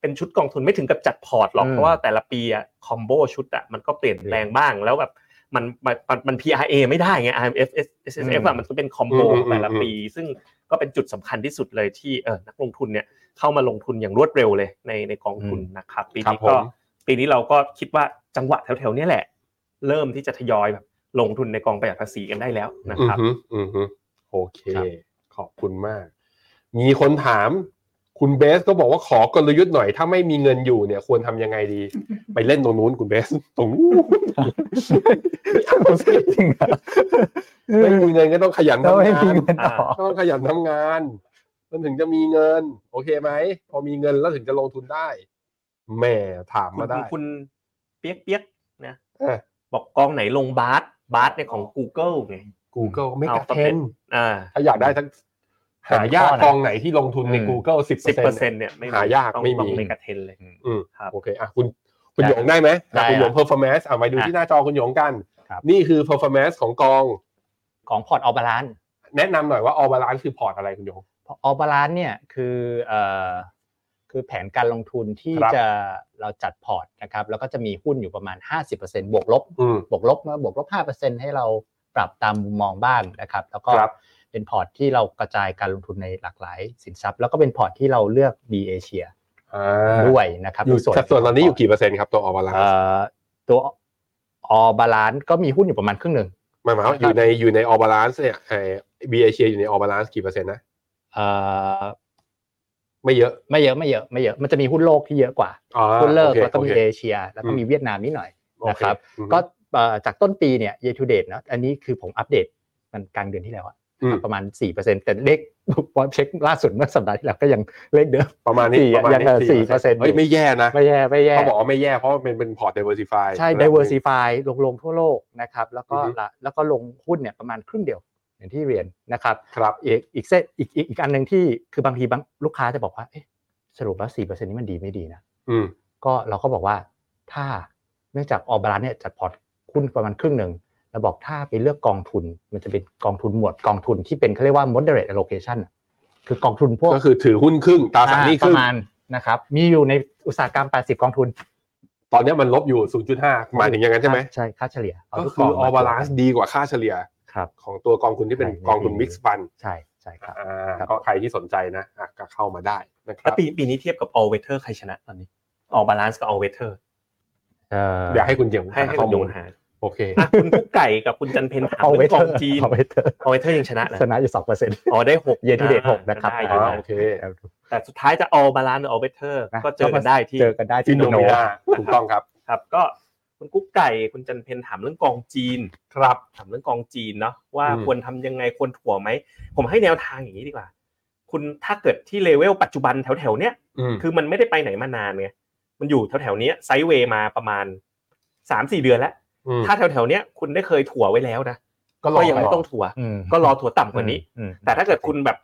เป็นชุดกองทุนไม่ถึงกับจัดพอร์ตหรอก
อืม
เพราะว่าแต่ละปีอะคอมโบชุดอะมันก็เปลี่ยนแปลงบ้างแล้วแบบมันมันมันมัน PRA ไม่ได้ไง IMF SSF อะมันก็เป็นคอมโบของแต่ละปี ซึ่งก็เป็นจุดสำคัญที่สุดเลยที่เออนักลงทุนเนี่ยเข้ามาลงทุนอย่างรวดเร็วเลยในในกองทุนนะครับปี
ครับ
นี้
ผ
ก็
ม
ปีนี้เราก็คิดว่าจังหวะแถวๆเนี้แหละ เริ่มที่จะทยอยแบบลงทุนในกองประหยัดภาษีกันได้แล้วนะครับ
อือฮึอือฮึโอเค
ค
ข
รับ
อบคุณมาก มีคนถาม คุณเบสก็บอกว่าขอกลยุทธ์หน่อย ถ้าไม่มีเงินอยู่เนี่ย ควรทำยังไง ดี ไปเล่นตรงนู้นคุณเบส ตรงนู้น
จริงเหรอ
ไม่มีเงินก็ต้องขยัน
แล้ว
ทำ
ไม่
งา
มี
น
เงินต่อ
ก็ต้องขยันทำงานมันถึงจะมีเงิน โอเคไหม พอมีเงินแล้วถึงจะลงทุนได้แหม่ถาม
คุณ
มาได้
คุณเปียกเปียกๆนะ
เออ
บอกกองไหนลงบาร์สบาร์สเนี่ยของ Google ไง
Google ไม่ก
เอา
ระ
ประ
เท
เภท
น
อ่า
ถ้าอยากได้ทั้งหายาก
ข้อนะ
กองไหนที่ลงทุนใน
อืม
Google สิบ
สิบ
เป
เป
อ
อ
ร์
ร์
เซ็
เซ็
น
น
ต์
ต์เนี่ยไม่
หายาก
ต้อง
ไม่มี
ต้องไม่กระเทนเลย
โอเคอ่ะคุณคุณหยงได้ไหม
ได้
อ่ะคุณหยง
ครับ
performance เอาไปดูที่หน้าจอคุณหยงกัน
ครับ
นี่คือ performance ของกอง
ของพอร์ตออบาลาน
แนะนำหน่อยว่า all balance คือพอร์ตอะไรคุณหยง
ออบาลานเนี่ยคือเอ่อคือแผนการลงทุนที่
ครับ
จะเราจัดพอร์ตนะครับแล้วก็จะมีหุ้นอยู่ประมาณ 50%บวกลบ
อืม
บวกลบมาบวกลบ 5%ให้เราปรับตามมุมมองบ้างนะครับ แล้วก็
ครับ
เป็นพอร์ตที่เรากระจายการลงทุนในหลากหลายสินทรัพย์ แล้วก็เป็นพอร์ตที่เราเลือก B เอเชีย
า
ด้วยนะครับ
อยู่
ใน
สัดส่วนตอนนี้อยู่กี่เปอร์เซ็นต์ครับตัว all
เอ่
balance
อตัว ออบาลานซ์ก็มีหุ้นอยู่ประมาณครึ่งหนึ่ง
หมายความว่าอยู่ในอยู่ในออบาลานซ์เนี่ยไอ้บีเอเชียอยู่ในออบาลานซ์กี่เปอร์เซ็นต์นะ
เอ่อ
ไม่เยอะ
ไม่เยอะไม่เยอะไม่เยอะมันจะมีหุ้นโลกที่เยอะกว่า
อ๋อ
หุ้นเลิก
โอค
แล้วก็มี
โอค
เอเชีย แล้วก็
อืม
มีเวียดนามนิดหน่อย
โอเ
นะครับ
อืม
ก็เอ่อจากต้นปีเนี่ย year to date เนอะอันนี้คือผมอัปเดตมันกลางเดือนที่แล้วอะ
อืม
ประมาณ 4%แต่เลข พอเช็คล่าสุดเมื่อสัปดาห์ที่แล้วก็ยัง เลขเดิม
ประมาณนี้
สี่
ประมาณ
ยังเออ
นี้
4%
เฮ้ยไม่แย่นะ
ไม่แย่ไม่แย่
เขาบอกว่าไม่แย่เพราะมันเป็นเป็นพอร์ต diversify
ใช่
ระดับหนึ่ง
diversify ลงลงทั่วโลกนะครับแล้วก็
อือฮึ
ละแล้วก็ลงหุ้นเนี่ยประมาณครึ่งเดียวอย่างที่เรียนนะครับ
ครับ
อีกอีกเส้นอีกอีกอีกอันหนึ่งที่คือบางทีบางลูกค้าจะบอกว่าเอ๊ะสรุปแล้ว4%นี้มันดีไม่ดีนะ
อืม
ก็เราก็บอกว่าถ้าเนื่องจากออกบาลานซ์เนี่ยจัดพอร์ตหุ้นประมาณครึ่งหนึ่งเราบอกถ้าไปเลือกกองทุน มันจะเป็นกองทุนหมวดกองทุนที่เป็นเขาเรียกว่า moderate allocation อะคือกองทุนพวก
ก็คือถือหุ้นครึ่งตราสารหนี้
ป
ครึ่ง
ระมาณนะครับมีอยู่ในอุตสาหกรรม 80 กองทุน
ตอนเนี้ยมันลบอยู่ 0.5 หมายถึงอย่างนั้นใช่ไหม
ใช่ค่าเฉลี่ยเา
ก็
ทุ
คืออ
ม
อบาลานซ์ดีกว่าค่าเฉลี่ย
ครับ
ของตัวกองทุนที่เป็น
ใช่
กองทุนมิกซ์ฟัน
ใช่ใช่ครับ ครับ
ก็ใครที่สนใจนะอ่ะก็เข้ามาได้นะครั
แล้ว
บ
ปีปีนี้เทียบกับ all weather ใครชนะตอนนี้ all balance กับ all weather
เออ
เดี๋ยวให้คุณเจียม
ให้ให้
ข้
คุ
อ
ณ
มู
ดู
ล
หา
โอเค
อ่ะคุณกุ๊กไก่กับคุณจันเพนถาม
all
เรื่องกอง
weather
จีน
all weather
all weather ยังชนะนะ
ชนะอยู่2%เปอร์เซ็นต์
อ๋อได้หก
year to date หกนะครับ
ได้อ
อ๋
ยู่
อ
นะ
โอเค
แต่สุดท้ายจะ all balance หรือ all weather ก็เจอกันได้ที่
เจอกันได้
ที่
ที่
โน
โน
มิ
มิ
นา
นา
ถูกต้องครับ
ครับก็คุณกุ๊กไก่คุณจันเพนถามเรื่องกองจีนครับถามเรื่องกองจีนเนาะว่า
อืม
ควรทำยังไงควรถั่วไหม ผมให้แนวทางอย่างนี้ดีกว่า คุณถ้าเกิดที่เลเวลปัจจุบันแถวๆเนี้ย
อืม
คือมันไม่ได้ไปไหนมานานไงมันอยู่แถวๆเนี้ยไซด์เวย์มาประมาณสามสี่เดือนแล้ว
ม
ถ้าแถวๆเนี้ยคุณได้เคยถั่วไว้แล้วนะ
ก็รอ
ยังไม่ต้องถั่ว ก็รอถั่วต่ำกว่านี้
อืม
แต่ถ้าเกิดคุณแบบ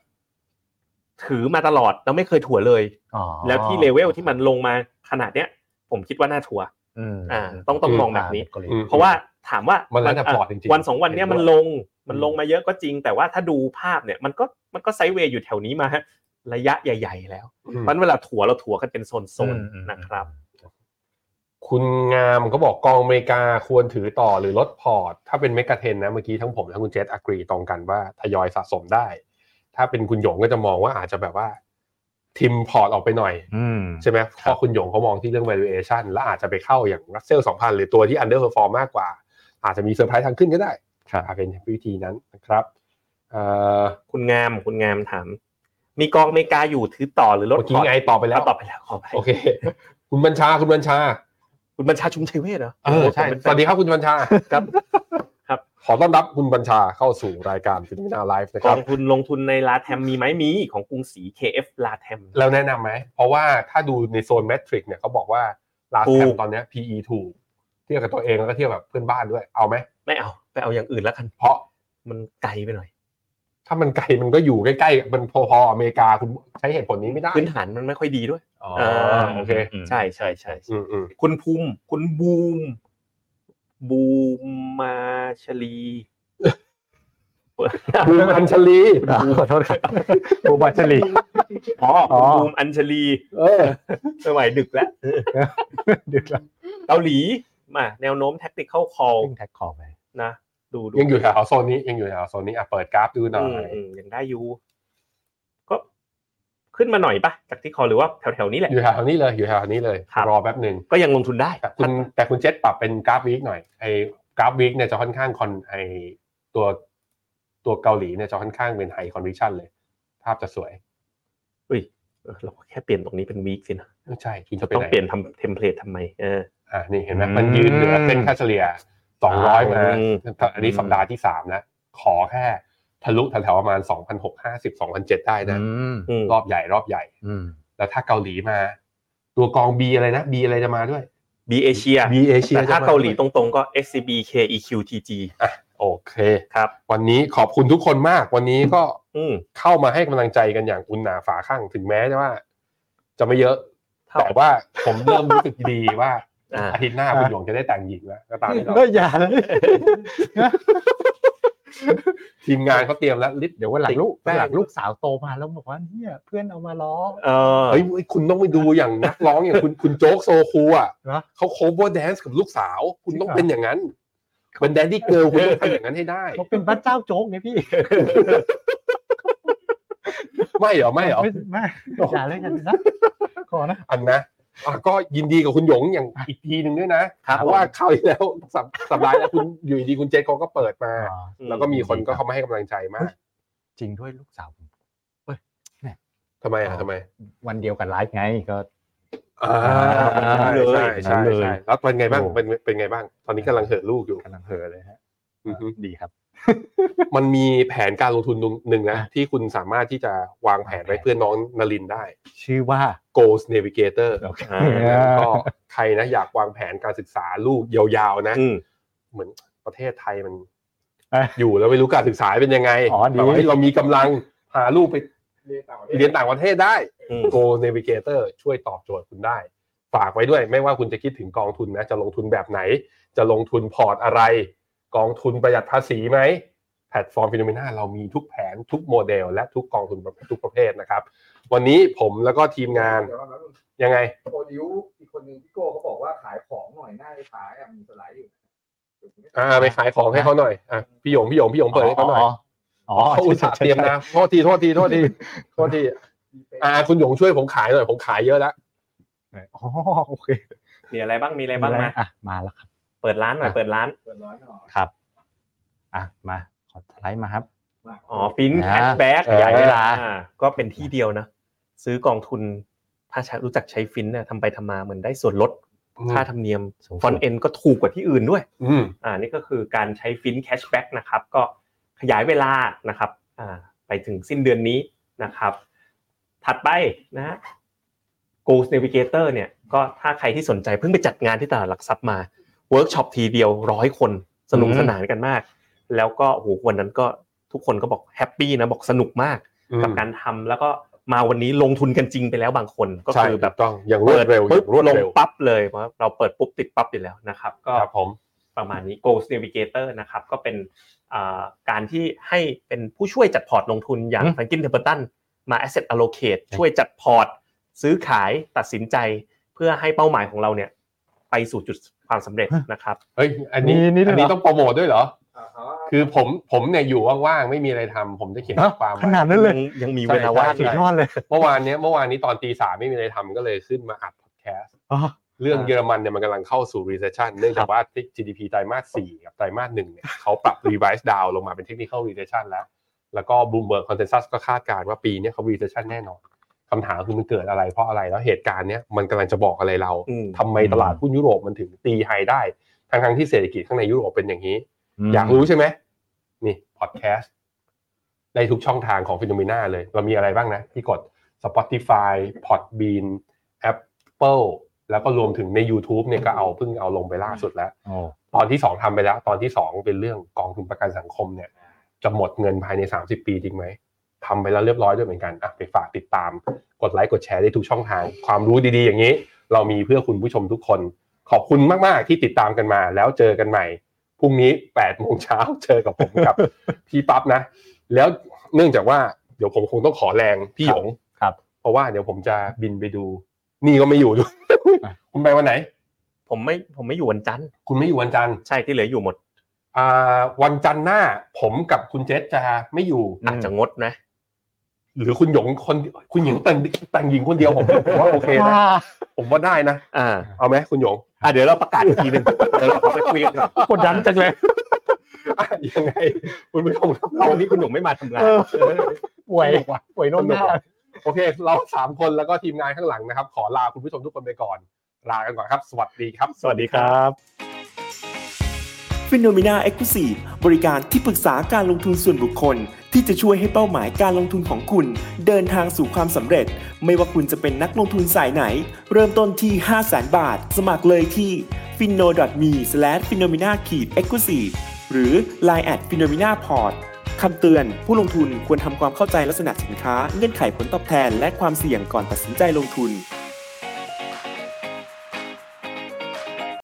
ถือมาตลอดแล้วไม่เคยถั่วเลย
อ๋อ
แล้วที่เลเวลที่มันลงมาขนาดเนี้ย ผมคิดว่าน่าถั่ว
อืม
อ่าต้องต้องมองแบบนี้
ก็เลย
อืม
เพราะว่าถามว่า
มันแล้วแต่
ะ
พอร์ตจริงๆ
วันสองวันเนี้ย
เห็นด้
มั
วย
นลงมันลงมาเยอะก็จริง แต่ว่าถ้าดูภาพเนี่ยมันก็มันก็ไซด์เวย์อยู่แถวนี้มาระยะใหญ่ ๆ แล้ว
อืม
มันเวลาถั่วเราถั่วกันเป็นโซน
อืมอืม
ๆนะครับ
คุณงามเขาบอกกองอเมริกาควรถือต่อหรือลดพอร์ต ถ้าเป็นเมกะเทนนะเมื่อกี้ทั้งผมและคุณเจษอักรีตรงกันว่าทยอยสะสมได้ ถ้าเป็นคุณหยงก็จะมองว่าอาจจะแบบว่า ทิมพอร์ตออกไปหน่อย
อืม
ใช่ไหมเพราะคุณหยงเขามองที่เรื่อง valuation และอาจจะไปเข้าอย่าง Russell 2000 หรือตัวที่ underperform มากกว่า อาจจะมีเซอร์ไพรส์ทางขึ้นก็ได้
ครับ
อาจเป็นวิธีนั้นนะครับเอ่อ
คุณงามคุณงามถาม มีกองอเมริกาอยู่ถือต่อหรือลด
เมื่อกี้ไงตอบไป
แล้
แล้ว ว
ตอบไปแล้วขอไป
โอเค คุณบัญชาคุณบัญชา
คุณบัญชาชุมชัยเวชเหรอ
เออใช่สวัสดีครับคุณบัญชา
ครับ ครับ
ขอต้อนรับคุณบัญชาเข้าสู่รายการฟิโนเมนาไลฟ์นะค
ก
รั
อบ งทุนลงทุนในลาแทมมีไหมมีของกรุงศรี KF ลาแทม
แล้วแนะนำไหม เพราะว่าถ้าดูในโซนแมทริกเนี่ยเขาบอกว่าลา
ถู
แคม
ก
ตอนเนี้ย PE ถูกเทียบกับตัวเองแล้วก็เทียบกับเพื่อนบ้านด้วยเอาไหม
ไม่เอาไปเอาอย่างอื่นแล้วกัน
เพราะ
มันไกลไปหน่อย
ถ้ามันไกลมันก็อยู่ใกล้ๆ มันพอๆอเมริกาคุณใช้เหตุผลนี้ไม่ได้
พื้นฐานมันไม่ค่อยดีด้วย
อ๋อ
อ่า
โอเค
ใช่ใช่ใช่
อืมอืม
คุณภูมิคุณบูม บูมมาชลี
คุณอัญชลี
อ่าขอโทษครับบูบาชลี
อ๋อ
อ๋อ
คุณบูมอัญชลี
เออ
ไม่ไหวดึก แล้ว
ดึกแล้ว
เกาหลีมาแนวโน้ม tactical call
ซึ่งแท็กคอไป
นะ ดูดู
ยังอยู่แถวๆโซนนี้ยังอยู่แถวๆโซนนี้อ่ะเปิดกราฟดูหน่อ
อืม
ย
อืมยังได้อยู่ ก็ขึ้นมาหน่อยปะจากที่คอหรือว่าแถวๆนี้แหละ
อยู่แถวๆนี้เลยอยู่แถวๆนี้เลย
ครับ
รอแป๊บหนึ่ง
ก็ยังลงทุนได้
แต่คุณแต่คุณเจษปรับเป็นกราฟวีคหน่อยไอ้กราฟวีคเนี่ยจะค่อนข้างคอนไอ้ตัวตัวเกาหลีเนี่ยจะค่อนข้างเป็นไฮคอนวิชั่นเลย ภาพจะสวย
เออเราก็แค่เปลี่ยนตรงนี้เป็น week สินะ
ไม่ใช่คุณจะไป
ต้อง
ไหน
เปลี่ยนทำเทมเพลตทำไมเออ
อ่ะนี่เห็นไหมมันยืนเหนือเส้นค่าเฉลี่ยสองร้อยมา
อืม
อันนี้สัปดาห์ที่สามแล้วขอแค่ทะลุแถวๆประมาณ 2,650 2,007ได้นะ
ม
อืม
รอบใหญ่รอบใหญ่
อืม
แล้วถ้าเกาหลีมา ตัวกอง B อะไรนะ B อะไรจะมาด้วย
บีเอเชีย
B เอเชีย
แต่ถ้าเกาหลีตรงๆก็ SCB KEQTG
โอเค
ครับ
วันนี้ขอบคุณทุกคนมาก วันนี้ก็
อืม
เข้ามาให้กำลังใจกันอย่างอุ่นหนาฝาข้างถึงแม้จะว่า จะไม่เยอะ
เท่า
แต่ว่าผมเริ่มรู้สึกดีว่า
อ่า
อาทิตย์หน้าคุณหยงจะได้แต่งหญิงแล้วก็ตามที่เรา
ก็อย่าเลย
ทีมงานเขาเตรียมแล้วลิสต์เดี๋ยววันหลังลูก
ห
ห
ลั
ลั
ง
งลู
ลู
ก
กสาวโตมาแล้วบอกว่าเนี่ยเพื่อนเอามาล้อ
เออ
เฮ้ยเฮ้ยคุณต้องไปดูอย่างนักร้องอย่างคุณคุณโจ๊กโซคูอ่ะ
เหรอ
เขาโคเวอร์แดนซ์กับลูกสาว คุณต้องเป็นอย่างนั้นเป็นแดนดี้เกิร์ลคุณต้องทำอย่างนั้นให้ ได้
เขาเป็นบ้านเจ้าโจ๊กไงพี่
ไม่เหรอ ไม่เหรอ
ไม่ไม่อย่าเลยกันนะขอนะ
อันนะ อ่ะก็ยินดีกับคุณหยงอย่างอีกทีหนึ่งด้วยนะครับ เพราะว่าคราวที่แล้วสัปสัปดาห์แล้วคุณอยู่ดีคุณเจษเขาก็เปิดมา แล้วก็มีคนก็เข้ามาให้กำลังใจมาก
จริงด้วยลูกสาวผม
ทำไมอ่ะทำไม
วันเดียวกันไลฟ์ไงก็
อ่าใช่ใช่ใช่แล้วเป็นไงบ้าง
โอ้
เป็นเป็นไงบ้าง ตอนนี้กำลังเหอะลูกอยู่
กำลังเห่อเลยฮะ
อือฮึ
ดีครับ
มันมีแผนการลงทุนหนึ่งนะที่คุณสามารถที่จะวางแผนไว้เพื่อน้องนลินได้
ชื่อว่า
Goals Navigator
โอเค
ก็ใครนะอยากวางแผนการศึกษาลูกยาวๆนะ
อืม
เหมือนประเทศไทยมัน
เอ้ย
อยู่แล้วไม่รู้การศึกษาเป็นยังไง
อ๋อดี
แต่ว่าเรามีกำลังพาลูกไป
เรียนต่างประเทศ
เรียนต่างประเทศได้
อืม
Go Navigator ช่วยตอบโจทย์คุณได้ ฝากไว้ด้วย ไม่ว่าคุณจะคิดถึงกองทุนนะ จะลงทุนแบบไหน จะลงทุนพอร์ตอะไร กองทุนประหยัดภาษีไหม แพลตฟอร์มฟิโนเมนาเรามีทุกแผนทุกโมเดล และทุกกองทุนทุกประเภทนะครับ วันนี้ผมแล้วก็ทีมงาน
เดี๋ยวก่อนนะลุง
ยังไง
โปรดิวอีกคนหนึ่งพี่โก้เขาบอกว่าขายของหน่อยหน้าไปขายอ่ะมีสไลด์อยู่
อ่าไปขายของให้เขาหน่อยอ่ะพี่หยงพี่หยงพี่หยงเปิดให้เขาหน่อย
อ๋อ
เขาอุตส่าห์เตรียมนะโทษทีโทษทีโทษทีโทษทีอ่าคุณหยงช่วยผมขายหน่อยผมขายเยอะแล้ว
อ๋อโอเค
มีอะไรบ้างมีอะไรบ้างมา
อ่ะมาแล้วครับ
เปิดร้านหน่อยเปิดร้าน
เปิดร้านหน่อย
ครับ อ่ะมาขอสไลด์มาครับ
มา
อ๋อฟินแค
อ่า
ชแบ็ก
ขยายเวลา
ก็เป็นที่เดียวนะ ซื้อกองทุนถ้าใช้รู้จักใช้ฟินเนี่ยทำไปทำมาเหมือนได้ส่วนลดค่าธรรมเนียม
สูงสุด
ฟอนเอ็นก็ถูกกว่าที่อื่นด้วย
อืม
อ่านี่ก็คือการใช้ฟินแคชแบ็กนะครับก็ขยายเวลานะครับอ่าไปถึงสิ้นเดือนนี้นะครับ ถัดไปนะฮะ Go Navigator เนี่ยก็ถ้าใครที่สนใจเพิ่งไปจัดงานที่ตลาดหลักทรัพย์มาเวิร์กช็อปทีเดียวร้อยคนสนุกสนานกันมาก แล้วก็โอ้โหวันนั้นก็ทุกคนก็บอกแฮปปี้นะบอกสนุกมาก
อืม
กับการทำแล้วก็มาวันนี้ลงทุนกันจริงไปแล้วบางคนก็
ใช่
คือแบบ
ถูกต้องอย่างรวดเร็วอ
ปิ
ย่างรวด
ลง
เร็ว
ปั๊บเลยเพราะเราเปิดปุ๊บติดปั๊บอยู่แล้วนะครับก็
ครับผม
ประมาณนี้ Goals Navigator นะครับก็เป็นอ่าการที่ให้เป็นผู้ช่วยจัดพอร์ตลงทุนอย่าง
อืม
Franklin Templeton มา Asset Allocate ช่วยจัดพอร์ต ซื้อขายตัดสินใจเพื่อให้เป้าหมายของเราเนี่ยไปสู่จุดความสำเร็จนะครับ
เฮ้ยอันนี้
นี่นี่ด้
อั
วยเหรออั
นนี้ต้องโปรโมทด้วยเหรอ
อ่าเขา
คือผมผมเนี่ยอยู่ว่างๆไม่มีอะไรทำผมจะเขียนข้อความไว้
ขนาดนั้นเลย
งยังมี
ใช่
เวลาว่าง
ใช่
สุดยอดเลย
เมื่อวานเนี้ยเมื่อวานนี้ตอนตีสามไม่มีอะไรทำก็เลยขึ้นมาอัดพอดแคสต์
อ๋อ
เรื่องเยอรมันเนี่ยมันกำลังเข้าสู่ recession เนื่องจากว่า GDP ไตรมาส4กับไตรมาส1เนี่ยเขาปรับ revise down ลงมาเป็น technical recession แล้ว แล้วก็ Bloomberg consensus ก็คาดการณ์ว่าปีเนี้ยเขา recession แน่นอนคำถามคือมันเกิดอะไรเพราะอะไรแล้วเหตุการณ์เนี้ยมันกำลังจะบอกอะไรเรา
อืม
ทำไมตลาดหุ้นยุโรปมันถึงตีไฮได้ทั้งทที่เศรษฐกิจข้างในยุโรปเป็นอย่างนี้ อยากรู้ใช่ไหมนี่พอดแคสต์ได้ทุกช่องทางของฟิโนเมนาเลย เรามีอะไรบ้างนะ ที่กด Spotify Podbean Apple แล้วก็รวมถึงใน YouTube เนี่ยก็เอาเพิ่งเอาลงไปล่าสุดแล้ว
โอ้
ตอนที่ 2ทำไปแล้ว ตอนที่ 2 เป็นเรื่องกองทุนประกันสังคมเนี่ย จะหมดเงินภายใน 30 ปีจริงไหมทำไปแล้วเรียบร้อยด้วยเหมือนกันอ่ะไปฝากติดตามกดไลค์กดแชร์ได้ทุกช่องทาง ความรู้ดีๆอย่างนี้ เรามีเพื่อคุณผู้ชมทุกคน ขอบคุณมากๆที่ติดตามกันมา แล้วเจอกันใหม่พรุ่งนี้8โมงเช้าเจอกับผมกับ พี่ปั๊บนะ แล้วเนื่องจากว่าเดี๋ยวผมคงต้องขอแรงพี่หยง
ครับ
เพราะว่าเดี๋ยวผมจะบินไปดู นี่ก็ไม่อยู่ ด้วย คุณไปวันไหน
ผมไม่ผมไม่อยู่วันจันทร์
คุณไม่อยู่วันจันทร์
ใช่ที่เหลืออยู่หมด
อ่าวันจันทร์หน้าผมกับคุณเจษจะไม่อยู่
อาจจะงดนะ
หรือคุณหยงคนคุณหญิงแต่งแต่งหญิงคนเดียวผมผมว่าโอ เค นะผมว่าได้นะ
อ่า
เอาไหมคุณหยง
อ่ะเดี๋ยวเราประกาศอีกทีหนึ่งเดี๋ยวเราขอไปคุยกันก่อน
กดดันจังเลย
อ่ะยังไง คุณผู้ชมครับ
วันนี้คุณหนุ่มไม่มาทำงาน
ป่วยป่วย
ส
โน่นห
นุก
น้า
ว่ะโอเค เราสามคนแล้วก็ทีมงานข้างหลังนะครับ ขอลาคุณผู้ชมทุกคนไปก่อน ลากันก่อนครับ สวัสดีครับ
สวัสดีครับ
ฟิโนเมนาเอ็กซ์คลูซีฟบริการที่ปรึกษาการลงทุนส่วนบุคคล ที่จะช่วยให้เป้าหมายการลงทุนของคุณ เดินทางสู่ความสำเร็จ ไม่ว่าคุณจะเป็นนักลงทุนสายไหน เริ่มต้นที่ 5 0 0 0 0 0 บาท สมัครเลยที่ f i n o m e f i n o m e n a e x c l u s i v e หรือ line at f i n o m e n a p o r t คำเตือน ผู้ลงทุนควรทำความเข้าใจลักษณะสินค้าเงื่อนไขผลตอบแทน และความเสี่ยงก่อนตัดสินใจลงทุน